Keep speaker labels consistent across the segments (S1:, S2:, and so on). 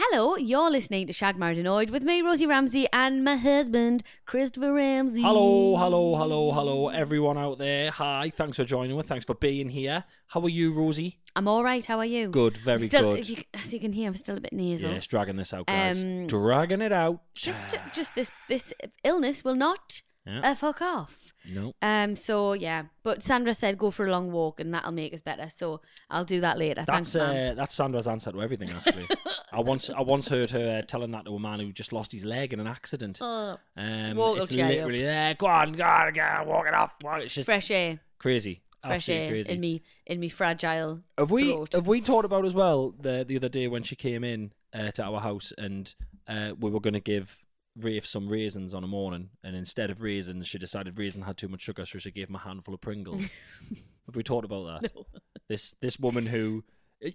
S1: Hello, you're listening to Shag Married Annoyed with me, Rosie Ramsey, and my husband, Christopher Ramsey.
S2: Hello, hello, hello, hello, everyone out there. Hi, thanks for joining us. Thanks for being here. How are you, Rosie?
S1: I'm all right. How are you?
S2: Good, very
S1: Still-
S2: good.
S1: you- as you can hear, I'm still a bit nasal.
S2: Yes, dragging this out, guys.
S1: Um,
S2: dragging it out.
S1: Just, just this, this illness will not
S2: Ah. Yeah.
S1: uh, fuck off.
S2: no.
S1: Um. So yeah, but Sandra said go for a long walk, and that'll make us better. So I'll do that later.
S2: That's
S1: Thanks, ma'am.
S2: uh, that's Sandra's answer to everything. Actually, I once I once heard her uh, telling that to a man who just lost his leg in an accident.
S1: Oh,
S2: Um,
S1: Well,
S2: it's
S1: it'll cheer you up.
S2: literally there. Go on, go on, go on, walk it off. walk it." It's just
S1: fresh air,
S2: crazy,
S1: fresh
S2: Absolutely
S1: air
S2: crazy.
S1: in me, in me fragile.
S2: Have we
S1: throat.
S2: have we talked about as well the the other day when she came in uh, to our house and uh, we were going to give Rafe some raisins on a morning and instead of raisins she decided raisin had too much sugar so she gave him a handful of Pringles. have we talked about that? This this woman who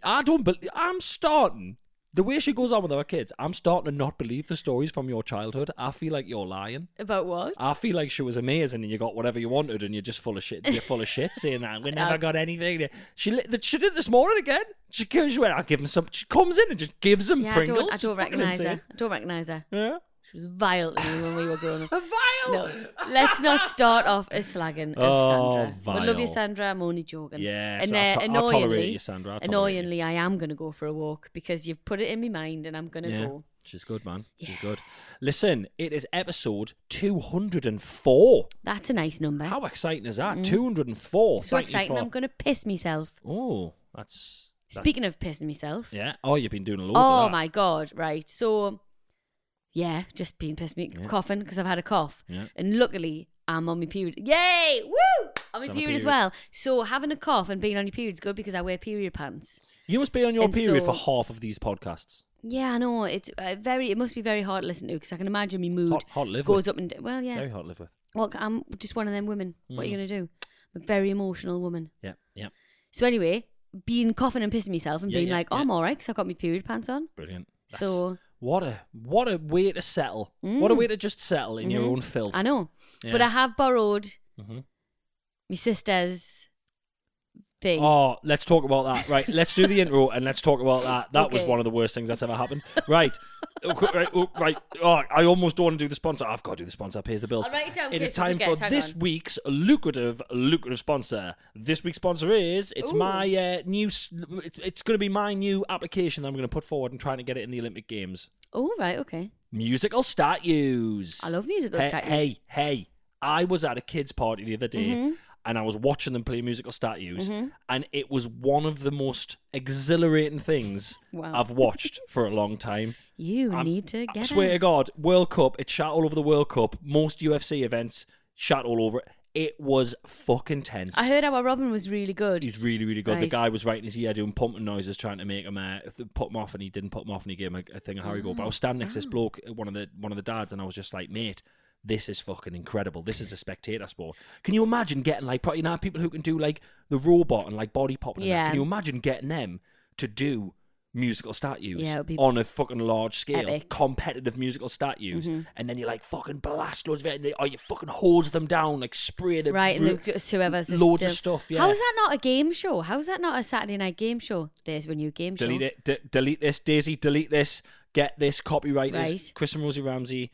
S2: I don't bel I'm starting the way she goes on with our kids. I'm starting to not believe the stories from your childhood. I feel like you're lying.
S1: about what?
S2: I feel like she was amazing, and you got whatever you wanted, and you're just full of shit. You're full of shit saying that we never got anything. She li- that she did it this morning again. She goes, she went, I'll give him some. She comes in and just gives him
S1: yeah,
S2: Pringles.
S1: I
S2: She's
S1: don't, I don't
S2: fucking
S1: recognize
S2: insane.
S1: her. I don't recognize her.
S2: Yeah,
S1: She was vile to me when we were growing up.
S2: a vial.
S1: No, let's not start off a slagging
S2: Oh,
S1: of Sandra. I love you,
S2: vile.
S1: Sandra. I'm only joking.
S2: Yes,
S1: and
S2: I'll
S1: uh,
S2: to- I'll
S1: annoyingly,
S2: tolerate you, Sandra. I'll tolerate
S1: annoyingly, I am going to go for a walk because you've put it in my mind, and I'm going to
S2: Yeah.
S1: go.
S2: She's good, man. She's good. Listen, it is episode 204.
S1: That's a nice number.
S2: How exciting is that? 204.
S1: Mm. so
S2: Thank you
S1: exciting!
S2: for-
S1: I'm going to piss myself.
S2: Oh, that's. that-
S1: Speaking of pissing myself,
S2: Yeah. Oh, you've been doing loads of
S1: oh
S2: that.
S1: my god! Right, so yeah, just being pissed me coughing because I've had a cough,
S2: Yeah.
S1: and luckily. I'm on my period. Yay! Woo! On my
S2: She's on her
S1: period as
S2: period.
S1: well. So having a cough and being on your period is good because I wear period pants.
S2: You must be on your
S1: And
S2: period
S1: so-
S2: for half of these podcasts.
S1: Yeah, I know. It's uh, very. It must be very hard to listen to because I can imagine my mood
S2: Hot, hot live
S1: goes
S2: with.
S1: up and d- well, yeah.
S2: Very hot Mm. live with.
S1: Well, I'm just one of them women. What are you gonna do? I'm a very emotional woman.
S2: Yeah, yeah.
S1: So anyway, being coughing and pissing myself and
S2: Yeah,
S1: being
S2: yeah,
S1: like, oh,
S2: yeah.
S1: I'm all right because I've got my period pants on.
S2: Brilliant.
S1: So-
S2: what a what a way to settle. What a way to just settle in your
S1: Mhm.
S2: own filth.
S1: I know, but
S2: Yeah.
S1: I have borrowed
S2: Mhm.
S1: my sister's thing.
S2: Oh, let's talk about that. Right, let's do the intro and let's talk about that. That was
S1: Okay.
S2: one of the worst things that's ever happened. Right. Oh, qu- right, oh, right. Oh, I almost don't want to do the sponsor. I've got to do the sponsor. Pays the bills.
S1: I'll write it down in
S2: It is
S1: case we
S2: time
S1: forget.
S2: for
S1: Hang
S2: this
S1: on.
S2: week's lucrative, lucrative sponsor. This week's sponsor is it's
S1: Ooh.
S2: my uh, new. s- It's, it's going to be my new application that I'm going to put forward and trying to get it in the Olympic Games.
S1: Oh right, okay.
S2: Musical statues.
S1: I love musical
S2: hey,
S1: statues.
S2: Hey, hey. I was at a kids' party the other day
S1: Mm-hmm.
S2: and I was watching them play musical statues and it was one of the most exhilarating things
S1: Wow.
S2: I've watched for a long time.
S1: You
S2: I'm-
S1: need to get.
S2: I swear
S1: out.
S2: to God, World Cup, it shot all over the World Cup. Most UFC events shot all over it. It was fucking tense.
S1: I heard our Robin was really good.
S2: He's really, really good. The
S1: Right.
S2: guy was right in his ear doing pumping noises, trying to make him uh, th- put him off, and he didn't put him off, and he gave him a, a thing of Harry Gold. But I was standing next
S1: Ah.
S2: to this bloke, uh, one of the one of the dads, and I was just like, mate. This is fucking incredible. This is a spectator sport. Can you imagine getting like probably now people who can do like the robot and like body popping? and that.
S1: Yeah.
S2: Can you imagine getting them to do musical statues
S1: Yeah, it would be
S2: on a fucking large scale,
S1: epic. Mm-hmm.
S2: competitive musical statues, and then you like fucking blast loads of it, and they, or you fucking hose them down, like spray the
S1: right, and
S2: ru-
S1: the, whoever's is
S2: loads
S1: still-
S2: of stuff. Yeah,
S1: How is that not a game show? How is that not a Saturday night game show? There's my new game show.
S2: delete it. D- delete this, Daisy. Delete this. Get this copyrighted.
S1: Right.
S2: Chris and Rosie Ramsey,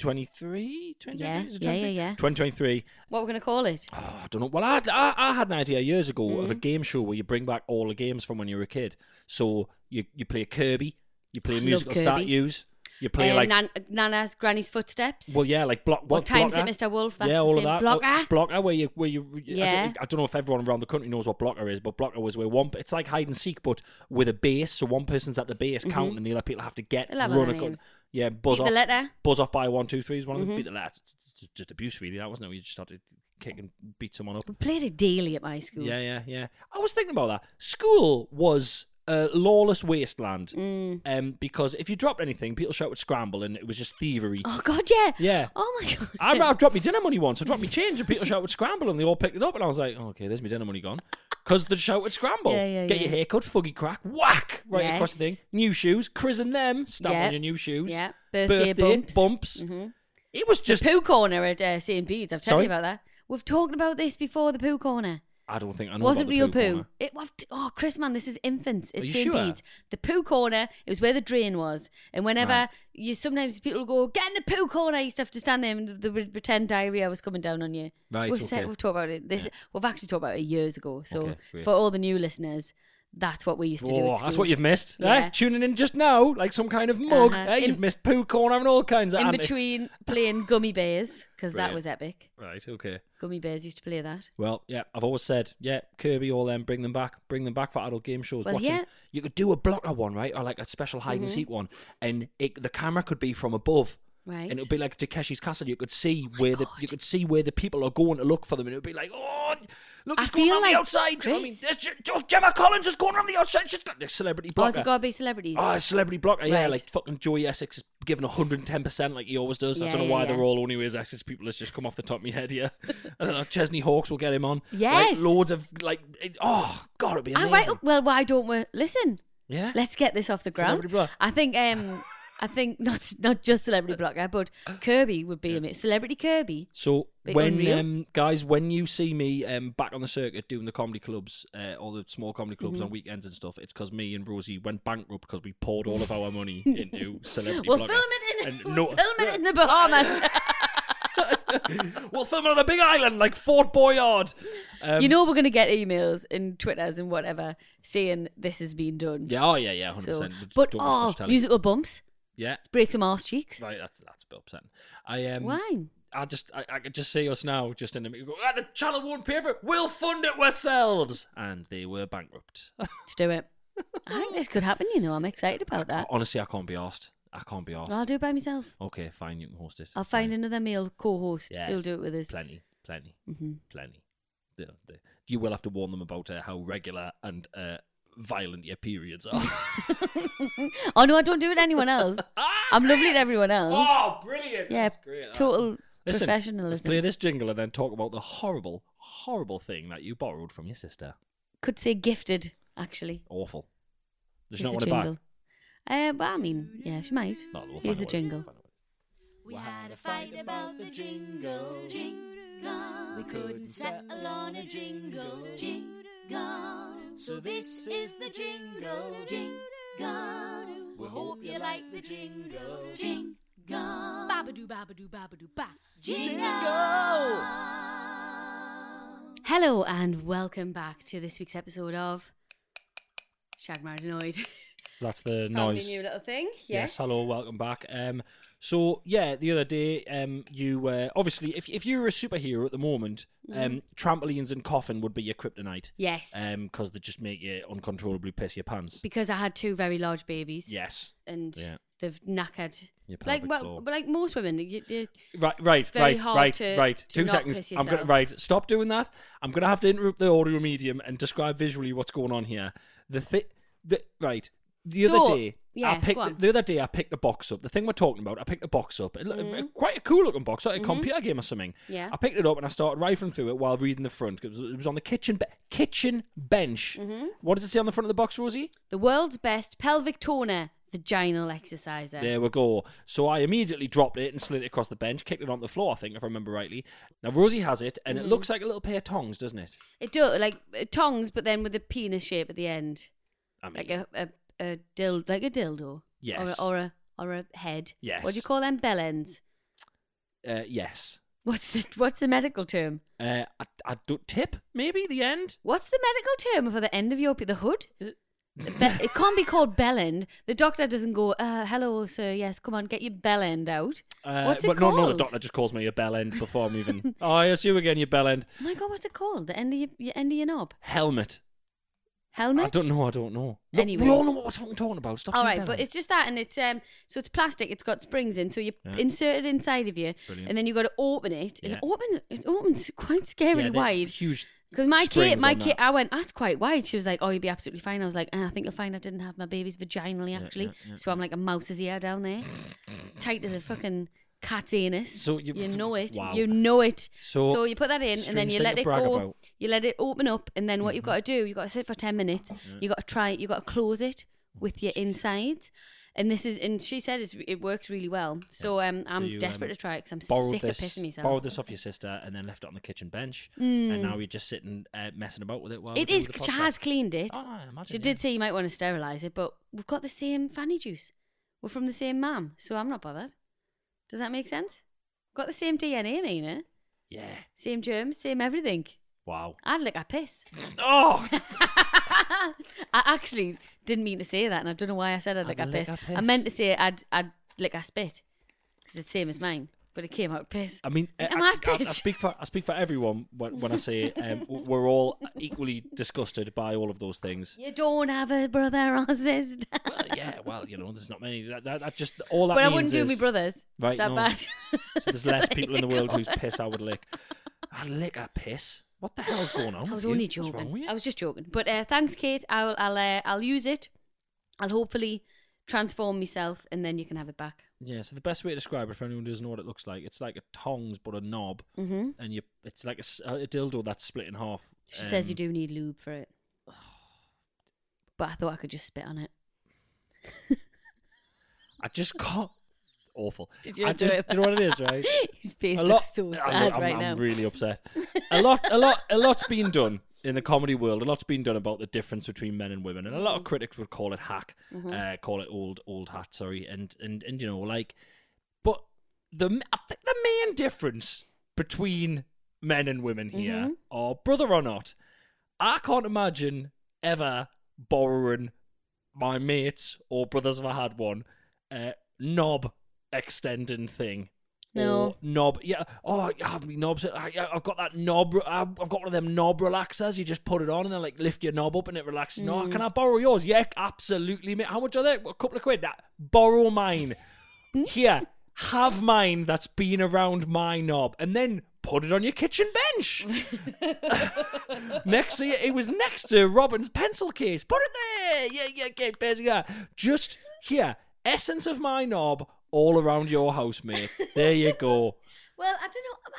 S2: 2023?
S1: Yeah,
S2: 2023? Is it
S1: yeah, yeah,
S2: 23?
S1: yeah.
S2: 2023.
S1: What we're gonna call it?
S2: Oh, I don't know. Well, I, I, I had an idea years ago of a
S1: Mm.
S2: game show where you bring back all the games from when you were a kid. So you, you play Kirby, you play
S1: I love
S2: musical
S1: Kirby.
S2: statues, You play
S1: uh,
S2: like
S1: Nan- Nana's Granny's Footsteps.
S2: well, yeah, like block. What,
S1: What time's
S2: blocker?
S1: it, Mr. Wolf? That's
S2: yeah,
S1: the
S2: all
S1: same.
S2: of that.
S1: Blocker?
S2: Oh, blocker, where you, where you. I,
S1: Yeah.
S2: don't, I don't know if everyone around the country knows what blocker is, but blocker was where one. It's like hide and seek, but with a base. So one person's at the base counting, and the other people have to get
S1: Mm-hmm. They'll have
S2: run
S1: other
S2: a gun.
S1: names.
S2: Yeah, buzz
S1: Beat
S2: off.
S1: the letter.
S2: Buzz off by one, two, three is one of
S1: Mm-hmm.
S2: them. Beat the letter. It's- it's Just abuse, really. That wasn't it. You just had to kick and beat someone up.
S1: We played it daily at my school.
S2: Yeah, yeah, yeah. I was thinking about that. School was a lawless wasteland
S1: Mm.
S2: um, because if you dropped anything, people shouted scramble and it was just thievery.
S1: Oh God, yeah.
S2: Yeah.
S1: Oh my God.
S2: I, I dropped my dinner money once. I dropped my change and people shouted scramble and they all picked it up and I was like, oh, okay, there's my dinner money gone. Because they shouted scramble.
S1: Yeah, yeah,
S2: Get
S1: yeah.
S2: your hair cut, fuggy crack, whack, right across the thing.
S1: Yes.
S2: New shoes, christen them, stamp
S1: Yeah.
S2: on your new shoes.
S1: Yeah. Birthday bumps. Mm-hmm.
S2: It was just,
S1: the poo corner at uh, St. Bede's. I've told
S2: Sorry?
S1: you about that. We've talked about this before. The poo corner
S2: I don't think I know
S1: wasn't
S2: about the
S1: real
S2: poo
S1: poo.
S2: corner.
S1: It I've t- oh Chris man, this is infants.
S2: you
S1: It's St.
S2: sure?
S1: Bede's. The poo corner. It was where the drain was, and whenever
S2: Right.
S1: you sometimes people go get in the poo corner, you used to have to stand there and they would pretend diarrhea was coming down on you.
S2: Right,
S1: We've,
S2: okay.
S1: we've talked about it. This we've actually talked about it years ago. So
S2: Okay, great.
S1: for all the new listeners, that's what we used to do.
S2: Oh,
S1: At
S2: that's
S1: school.
S2: what you've missed. eh?
S1: Yeah.
S2: Tuning in just now, like some kind of mug.
S1: Uh-huh.
S2: eh?
S1: In-
S2: you've missed poo corner and all kinds of
S1: in
S2: antics.
S1: between playing gummy bears because that
S2: Brilliant.
S1: was epic.
S2: Right, okay.
S1: Gummy bears used to play that.
S2: Well, yeah, I've always said, yeah, Kirby, all them, bring them back, bring them back for adult game shows.
S1: Well,
S2: Watch 'em.
S1: yeah. Mm-hmm.
S2: You could do a blocker one, right? Or like a special hide and seek one. And it, the camera could be from above.
S1: Right. Oh
S2: And it would be like Takeshi's Castle. You could see where the you could see where the people are going to look for them, and it would be like, oh, look,
S1: I
S2: it's going
S1: feel
S2: around
S1: like
S2: the outside. Do you know what I mean,
S1: Chris-
S2: there's Je- oh, Gemma Collins is going around the outside. She's got the celebrity
S1: Oh,
S2: blocker.
S1: it's got to be celebrities.
S2: Oh, celebrity blocker, yeah,
S1: Right.
S2: like fucking Joey Essex is giving hundred and ten percent like he always does. I
S1: Yeah,
S2: don't know
S1: yeah,
S2: why
S1: yeah.
S2: they're all only with Essex people. It's just come off the top of my head, yeah. I don't know. Chesney Hawks will get him on.
S1: Yes.
S2: like, loads of like, it- oh god, it'd be
S1: Ah,
S2: amazing.
S1: right, oh, well, why don't we listen?
S2: yeah,
S1: Let's get this off the ground.
S2: Celebrity block.
S1: I think, um, I think not not just celebrity blocker, but Kirby would be a mi- celebrity Kirby.
S2: So
S1: Bit
S2: when
S1: unreal.
S2: um, guys, when you see me um, back on the circuit doing the comedy clubs, uh, all the small comedy clubs
S1: Mm-hmm.
S2: on weekends and stuff, it's because me and Rosie went bankrupt because we poured all of our money into celebrity.
S1: We'll
S2: Blocker.
S1: film it in.
S2: And
S1: We'll
S2: no- Um,
S1: film it in the Bahamas.
S2: We'll film it on a big island like Fort Boyard.
S1: you know we're gonna get emails and twitters and whatever saying this has been done.
S2: Yeah, oh yeah, yeah, hundred
S1: So,
S2: percent.
S1: but oh, musical bumps
S2: Yeah,
S1: break some arse cheeks.
S2: right. That's that's a bit upsetting. I um,
S1: Why?
S2: I just I, I could just see us now, just in the go. Ah, the channel won't pay for it. We'll fund it ourselves, and they were bankrupt.
S1: Let's do it. I think this could happen. You know, I'm excited about that.
S2: Honestly, I can't be asked. I can't be asked.
S1: I'll do it by myself.
S2: Okay, fine. You can host it.
S1: I'll find another male co-host
S2: Yeah.
S1: who'll do it with us. Mm-hmm.
S2: plenty, plenty, plenty. The- the- you will have to warn them about uh, how regular and uh, violent your periods are.
S1: Oh no, I don't do it to anyone else. I'm lovely to everyone else.
S2: oh, brilliant!
S1: yeah,
S2: That's great.
S1: total
S2: Listen, Let's play
S1: professionalism.
S2: this jingle and then talk about the horrible, horrible thing that you borrowed from your sister.
S1: Could say gifted actually.
S2: Awful.
S1: Here's
S2: Does she not
S1: the
S2: want it back?
S1: jingle. Uh, well, I mean, yeah, she might.
S2: No, we'll find
S1: Here's
S2: a
S1: the
S2: way.
S1: jingle.
S3: We had a fight about the jingle, jingle. We couldn't settle on a jingle, jingle. So this is the jingle, jingle. We hope you like the jingle, jingle. Babadoo, babadoo, babadoo, ba. Jingle.
S1: Hello and welcome back to this week's episode of Shag Married Annoyed.
S2: So that's the
S1: Found me
S2: noise.
S1: a new little thing. Yes.
S2: Yes. hello, welcome back. Um, so yeah, the other day, um, you uh, obviously, if if you were a superhero at the moment, um, trampolines and coffin would be your kryptonite.
S1: Mm-hmm. Yes.
S2: Um, because they just make you uncontrollably piss your pants.
S1: because I had two very large babies.
S2: Yes.
S1: And
S2: Yeah.
S1: they've knackered.
S2: Your
S1: Like
S2: pelvic
S1: well,
S2: floor.
S1: but like most women, you, you,
S2: Right, right,
S1: Very
S2: right,
S1: hard
S2: right,
S1: to-
S2: right.
S1: to
S2: Two
S1: not
S2: seconds.
S1: piss
S2: I'm gonna
S1: yourself.
S2: right. Stop doing that. I'm gonna have to interrupt the audio medium and describe visually what's going on here. The thi the right. The
S1: So,
S2: other day,
S1: yeah,
S2: I picked
S1: go on.
S2: the other day I picked a box up. The thing we're talking about, I picked a box up. It, looked- Quite a cool looking box, like a computer game or something.
S1: Mm-hmm. Yeah.
S2: I picked it up and I started rifling through it while reading the front. It was, it was on the kitchen be- kitchen bench.
S1: Mm-hmm.
S2: What does it say on the front of the box, Rosie?
S1: the world's best pelvic toner vaginal exerciser.
S2: There we go. So I immediately dropped it and slid it across the bench, kicked it on the floor, I think, if I remember rightly. Now Rosie has it, and it
S1: Mm-hmm.
S2: looks like a little pair of tongs, doesn't it?
S1: It does like uh, tongs, but then with a penis shape at the end,
S2: I mean,
S1: like a a, a dild like a dildo. Or
S2: Yes.
S1: a, or a or a head. What
S2: Yes.
S1: do you call them? Bell ends.
S2: uh, yes.
S1: What's the what's the medical term?
S2: Uh, I, I do tip maybe the end.
S1: What's the medical term for the end of your pe- the hood? Be- it can't be called bellend. The doctor doesn't go, uh, hello, sir. Yes, come on, get your bellend out.
S2: Uh,
S1: what's it
S2: but
S1: called?
S2: no, no, the doctor just calls me a bell end before I'm even. oh, yes, you again, you bell end.
S1: Oh my god, what's it called? The end of your, your end of your knob
S2: Helmet.
S1: helmet.
S2: I don't know. I don't know. Look,
S1: Anyway.
S2: we all know what we're fucking talking about. Stop.
S1: All
S2: saying
S1: right,
S2: bell
S1: but
S2: end.
S1: it's just that, and it's um, so it's plastic. It's got springs in, so you
S2: Yeah.
S1: insert it inside of you,
S2: Brilliant.
S1: and then you got to open it, and it
S2: Yeah.
S1: opens. It opens quite
S2: Yeah,
S1: scarily
S2: they're
S1: wide.
S2: Huge.
S1: Because my kid,
S2: springs
S1: my
S2: on
S1: kid,
S2: that.
S1: I went, that's quite wide. She was like, oh, you'd be absolutely fine. I was like, "Ah, I think you'll find I didn't have my babies vaginally,
S2: Yeah,
S1: actually.
S2: yeah, yeah,
S1: so I'm like a mouse's ear down there, tight as a fucking cat's anus.
S2: So you-
S1: know it.
S2: wow.
S1: You know it. So,
S2: So-
S1: you put that in and then
S2: Strange
S1: you
S2: thing
S1: let
S2: to
S1: it
S2: brag
S1: go.
S2: about. Mm-hmm.
S1: You let it open up. And then what you've got to do, you've got to sit for 10 minutes. you got to try it. you got to close it with your insides. And this is, and she said it's, it works really well. So um, I'm
S2: you,
S1: desperate
S2: um,
S1: to try it because I'm
S2: Borrowed
S1: sick
S2: this.
S1: of pissing myself. Hmm.
S2: Borrowed this off your sister and then left it on the kitchen bench. And now you're just sitting uh, messing about with it. While we're
S1: It
S2: doing
S1: is,
S2: the
S1: she
S2: podcast.
S1: has cleaned it.
S2: Oh, I imagine,
S1: She did say you might want to sterilise it, but we've got the same fanny juice. We're from the same mam, so I'm not bothered. Does that make sense? Got the same DNA, Mina.
S2: Yeah. Yeah.
S1: Same germs, same everything.
S2: Wow.
S1: I'd lick a piss.
S2: Oh.
S1: I actually didn't mean to say that, and I don't know why I said I'd lick,
S2: I'd
S1: a,
S2: lick
S1: piss.
S2: a
S1: I
S2: piss.
S1: meant to say I'd, I'd lick a spit, because it's the same as mine, but it came out piss.
S2: I mean, I,
S1: Am
S2: I-
S1: I
S2: I- I
S1: pissed?
S2: speak for I speak for everyone when, when I say um, w- we're all equally disgusted by all of those things.
S1: You don't have a brother or sister.
S2: Well, yeah, well, you know, there's not many. That, that, that just all that.
S1: but I
S2: means
S1: wouldn't do
S2: is-
S1: me brothers.
S2: Right,
S1: Is that
S2: no.
S1: bad?
S2: So there's
S1: So
S2: less
S1: there
S2: people in
S1: you
S2: the world
S1: go.
S2: whose piss I would lick. I'd lick a piss. What the hell's going on?
S1: I
S2: with
S1: was
S2: you?
S1: only
S2: What's wrong with
S1: joking.
S2: you?
S1: I was just joking. But uh, thanks, Kate. I'll I'll uh, I'll use it. I'll hopefully transform myself, and then you can have it back.
S2: Yeah. So the best way to describe it for anyone who doesn't know what it looks like, it's like a tongs but a knob,
S1: Mm-hmm.
S2: and you it's like a, s- a dildo that's split in half.
S1: She says you
S2: Um,
S1: do need lube for it, but I thought I could just spit on it.
S2: I just can't. Awful.
S1: Did you
S2: I
S1: enjoy
S2: just,
S1: it?
S2: Do you know what it is, right?
S1: His face
S2: a lot.
S1: looks so
S2: I'm-
S1: sad
S2: I'm,
S1: right
S2: I'm
S1: now.
S2: really upset. A lot, a lot, a lot's been done in the comedy world. A lot's been done about the difference between men and women, and a lot
S1: Mm-hmm.
S2: of critics would call it hack, uh, call it old old hat. Sorry, and and and you know, like, but the m- I think the main difference between men and women here
S1: Mm-hmm.
S2: are brother or not. I can't imagine ever borrowing my mates or brothers if I had one uh, knob extending thing.
S1: No.
S2: Or knob. Yeah. Oh, I have me knobs. I, I- I've got that knob. re- I've I've got one of them knob relaxers. You just put it on and then like lift your knob up and it relaxes. No, can I borrow yours? Yeah, absolutely, mate. How much are they? A couple of quid. Nah, borrow mine. Here, have mine that's been around my knob, and then put it on your kitchen bench. next to you, it was next to Robin's pencil case. Put it there. Yeah, yeah, get busy. Yeah. Just here, essence of my knob all around your house, mate. There you go.
S1: Well, I don't know.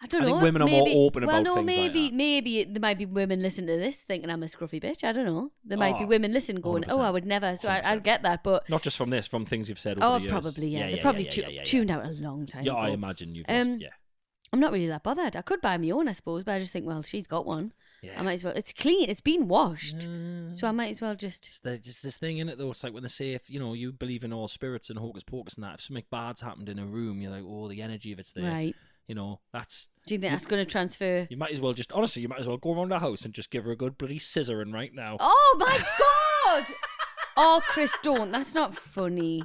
S1: I don't
S2: I
S1: know.
S2: think women are more
S1: maybe-
S2: open
S1: well,
S2: about
S1: no,
S2: things like
S1: maybe,
S2: that.
S1: maybe there might be women listening to this thinking I'm a scruffy bitch. I don't know. There might be
S2: Oh,
S1: women listening going, "Oh, I
S2: 100%,
S1: would never." So I, I
S2: 100%.
S1: get that, but
S2: Not just from this, from things you've said. Over
S1: Oh,
S2: the years.
S1: probably yeah. they probably tu- tuned out a long time.
S2: Yeah, I
S1: ago.
S2: imagine you've
S1: Um,
S2: lost. Yeah,
S1: I'm not really that bothered. I could buy my own, I suppose, but I just think, well, she's got one.
S2: yeah.
S1: I might as well. It's clean. It's been washed, so I might as well
S2: It's
S1: just.
S2: the- just this thing in it though. It's like when they say if you know you believe in all spirits and hocus pocus and that. If something bad's happened in a room, you're like, oh, the energy of it's there.
S1: Right.
S2: You know, that's
S1: Do you think that's going to transfer?
S2: you might as well just honestly, you might as well go around the house and just give her a good bloody scissoring right now.
S1: Oh my god! oh, Chris, don't. That's not funny.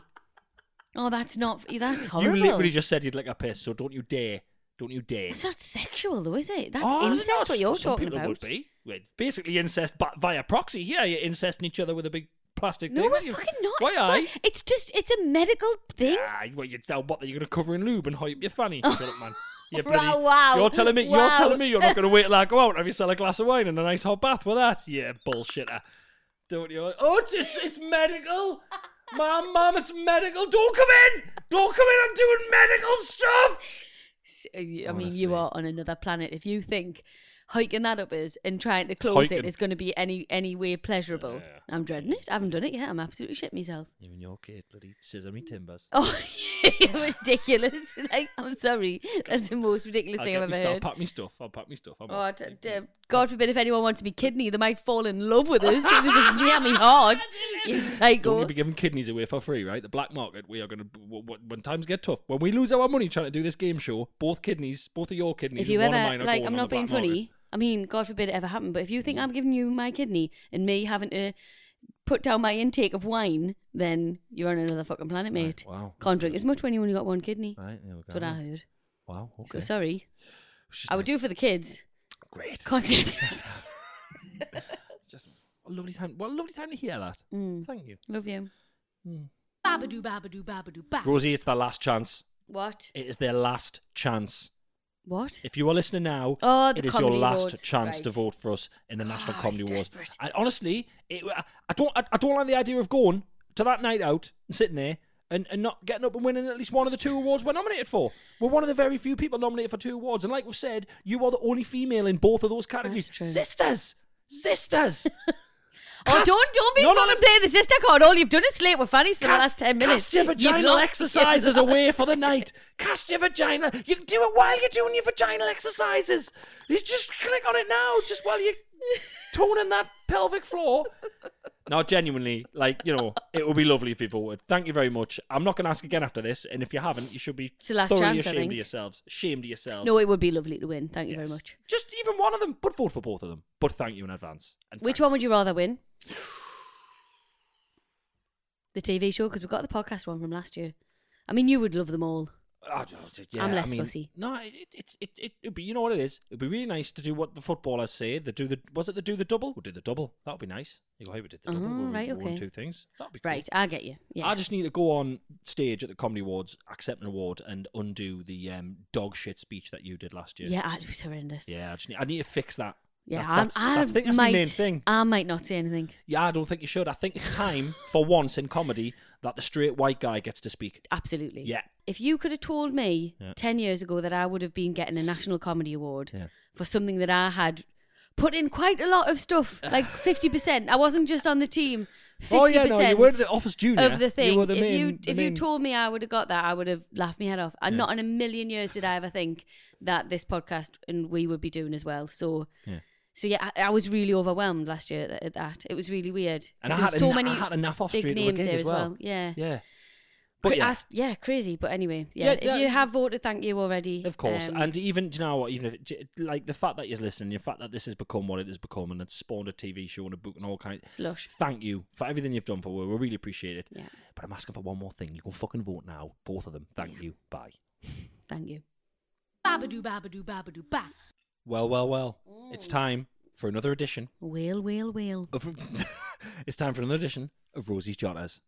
S1: Oh, that's not. That's horrible.
S2: you literally just said you'd like a piss, so don't you dare, don't you dare.
S1: It's not sexual, though, is it? That's
S2: Oh, is it
S1: incest.
S2: not?
S1: What you're
S2: Some
S1: talking
S2: people
S1: about?
S2: Would be. Well, it's Basically, incest but via proxy. Yeah, you're incesting each other with a big plastic
S1: No,
S2: thing.
S1: we're
S2: aren't you?
S1: fucking not.
S2: Why
S1: it's,
S2: aye?
S1: not- it's just. It's a medical thing.
S2: Ah, well, you tell what that you're gonna cover in lube and hype your fanny. Shut up, man. You
S1: Wow, wow,
S2: You're telling me.
S1: wow.
S2: You're telling me you're not gonna wait till I go out and have yourself a glass of wine and a nice hot bath with that. Yeah, bullshitter. Don't you? Oh, it's it's, it's medical. Mom, mom, it's medical. Don't come in. Don't come in. I'm doing medical stuff.
S1: uh, I mean, you
S2: Honestly.
S1: are on another planet. If you think hiking that up is and trying to close it
S2: Hiking.
S1: is going to be any any way pleasurable, I'm dreading it. I haven't done it yet. I'm absolutely shit myself.
S2: You and your kid, bloody scissor me timbers.
S1: Oh, you're ridiculous! Like, I'm sorry, that's the most ridiculous
S2: I'll
S1: thing
S2: get
S1: I've
S2: me
S1: ever
S2: stuff.
S1: heard.
S2: Pack me stuff. I'll pack me stuff. I'm
S1: Oh,
S2: off.
S1: d- d- God forbid if anyone wants to be kidney, they might fall in love with us as soon as it's near me heart. You
S2: Don't
S1: psycho.
S2: need to be giving kidneys away for free, right? The black market. We are going to when times get tough. When we lose our money trying to do this game show, both kidneys, both of your kidneys,
S1: If you
S2: and one
S1: ever
S2: of mine are
S1: like,
S2: going
S1: I'm
S2: on
S1: not
S2: the Mm.
S1: being
S2: black market.
S1: funny. I mean, God forbid it ever happened, but if you think I'm giving you my kidney and me having to put down my intake of wine, then you're on another fucking planet,
S2: Right,
S1: mate.
S2: wow.
S1: Can't drink as much when you only got one kidney.
S2: Right, there we go.
S1: That's what I heard.
S2: Wow, okay.
S1: uh, So sorry.
S2: It's just
S1: I would
S2: like,
S1: do it for the kids.
S2: great.
S1: Can't do it.
S2: Just a lovely time. What a lovely time to hear that.
S1: Mm.
S2: Thank you. Hmm.
S1: Love you.
S3: Babadoo, babadoo, babadoo, ba.
S2: Rosie, it's their last chance.
S1: What?
S2: It is their last chance.
S1: What?
S2: If you are listening now,
S1: Oh, the
S2: it is your
S1: Comedy
S2: last
S1: Awards,
S2: chance to
S1: right.
S2: vote for us in the National
S1: God,
S2: Comedy
S1: he's
S2: Awards.
S1: desperate.
S2: I, honestly, it, I, I don't, I, I don't like the idea of going to that night out and sitting there and, and not getting up and winning at least one of the two awards we're nominated for. We're one of the very few people nominated for two awards, and like we've said, you are the only female in both of those categories.
S1: That's true.
S2: Sisters, sisters.
S1: Oh,
S2: Cast-
S1: don't don't be
S2: No, no,
S1: fucking
S2: no.
S1: playing the sister card. All you've done is slate with fannies for the last
S2: Cast-
S1: ten minutes.
S2: Cast your
S1: You've
S2: vaginal
S1: lost-
S2: exercises
S1: you've lost.
S2: away for the night. Cast your vagina. You can do it while you're doing your vaginal exercises. You just click on it now, just while you're toning that pelvic floor. Now, genuinely, like, you know, it would be lovely if you voted. Thank you very much. I'm not going to ask again after this. And if you haven't, you should be
S1: It's the last
S2: thoroughly
S1: chance, I
S2: ashamed
S1: think.
S2: of yourselves. Ashamed of yourselves.
S1: No, it would be lovely to win. Thank you
S2: Yes.
S1: very much.
S2: Just even one of them, but vote for both of them. But thank you in advance. And
S1: Which
S2: thanks.
S1: one would you rather win? The TV show because we got the podcast one from last year. I mean, you would love them all.
S2: I don't- yeah,
S1: I'm
S2: I
S1: less
S2: mean,
S1: fussy.
S2: No, it, it, it, it, it'd be, you know what it is? It'd be really nice to do what the footballers say. They do the, was it the do the double? We'll do the double. That would be nice. You go, hey, we did the double.
S1: Oh,
S2: we'll
S1: right,
S2: we'll win
S1: okay.
S2: two things. That'd be cool.
S1: Right, I get you. Yeah.
S2: I just need to go on stage at the Comedy Awards, accept an award, and undo the um, dog shit speech that you did last year.
S1: yeah, I- it was horrendous. Yeah,
S2: Yeah, I just need, I need to fix that.
S1: I,
S2: that's, that's,
S1: I
S2: that's, I think that's
S1: might,
S2: the main thing.
S1: I might not say anything.
S2: yeah, I don't think you should. I think it's time, for once in comedy, that the straight white guy gets to speak.
S1: Absolutely.
S2: Yeah.
S1: If you could have told me
S2: Yeah.
S1: 10 years ago that I would have been getting a National Comedy Award
S2: Yeah.
S1: for something that I had put in quite a lot of stuff, like 50%. I wasn't just on the team. 50%
S2: Oh, yeah, no, you were the Office Junior.
S1: of the thing.
S2: You were the
S1: if
S2: main,
S1: you
S2: the
S1: if
S2: main
S1: you told me I would have got that, I would have laughed my head off. And
S2: Yeah.
S1: not in a million years did I ever think that this podcast and we would be doing as well. So
S2: Yeah.
S1: so yeah, I, I was really overwhelmed last year at, at that. It was really weird. 'Cause
S2: And I
S1: there
S2: had,
S1: was
S2: a,
S1: so
S2: na-
S1: many
S2: I had enough off
S1: big
S2: street
S1: names
S2: gig
S1: there
S2: as well.
S1: Yeah.
S2: Yeah.
S1: Cra-
S2: But yeah,
S1: that's- yeah, crazy. But anyway,
S2: Yeah,
S1: yeah. if
S2: yeah.
S1: you have voted, thank you already.
S2: of course.
S1: Um,
S2: and even, do you know what, even if, j- like, the fact that you're listening, the fact that this has become what it has become and it's spawned a TV show and a book and all kinds.
S1: it's lush.
S2: Thank you for everything you've done for us. We really appreciate it.
S1: Yeah.
S2: But I'm asking for one more thing. You can fucking vote now. Both of them. Thank you. Bye.
S1: Thank you.
S3: Babadoo, babadoo, babadoo, ba.
S2: Well, well, well. It's
S1: Mm.
S2: time for another edition
S1: Whale, whale, whale.
S2: of. it's time for another edition of Rosie's Jotters.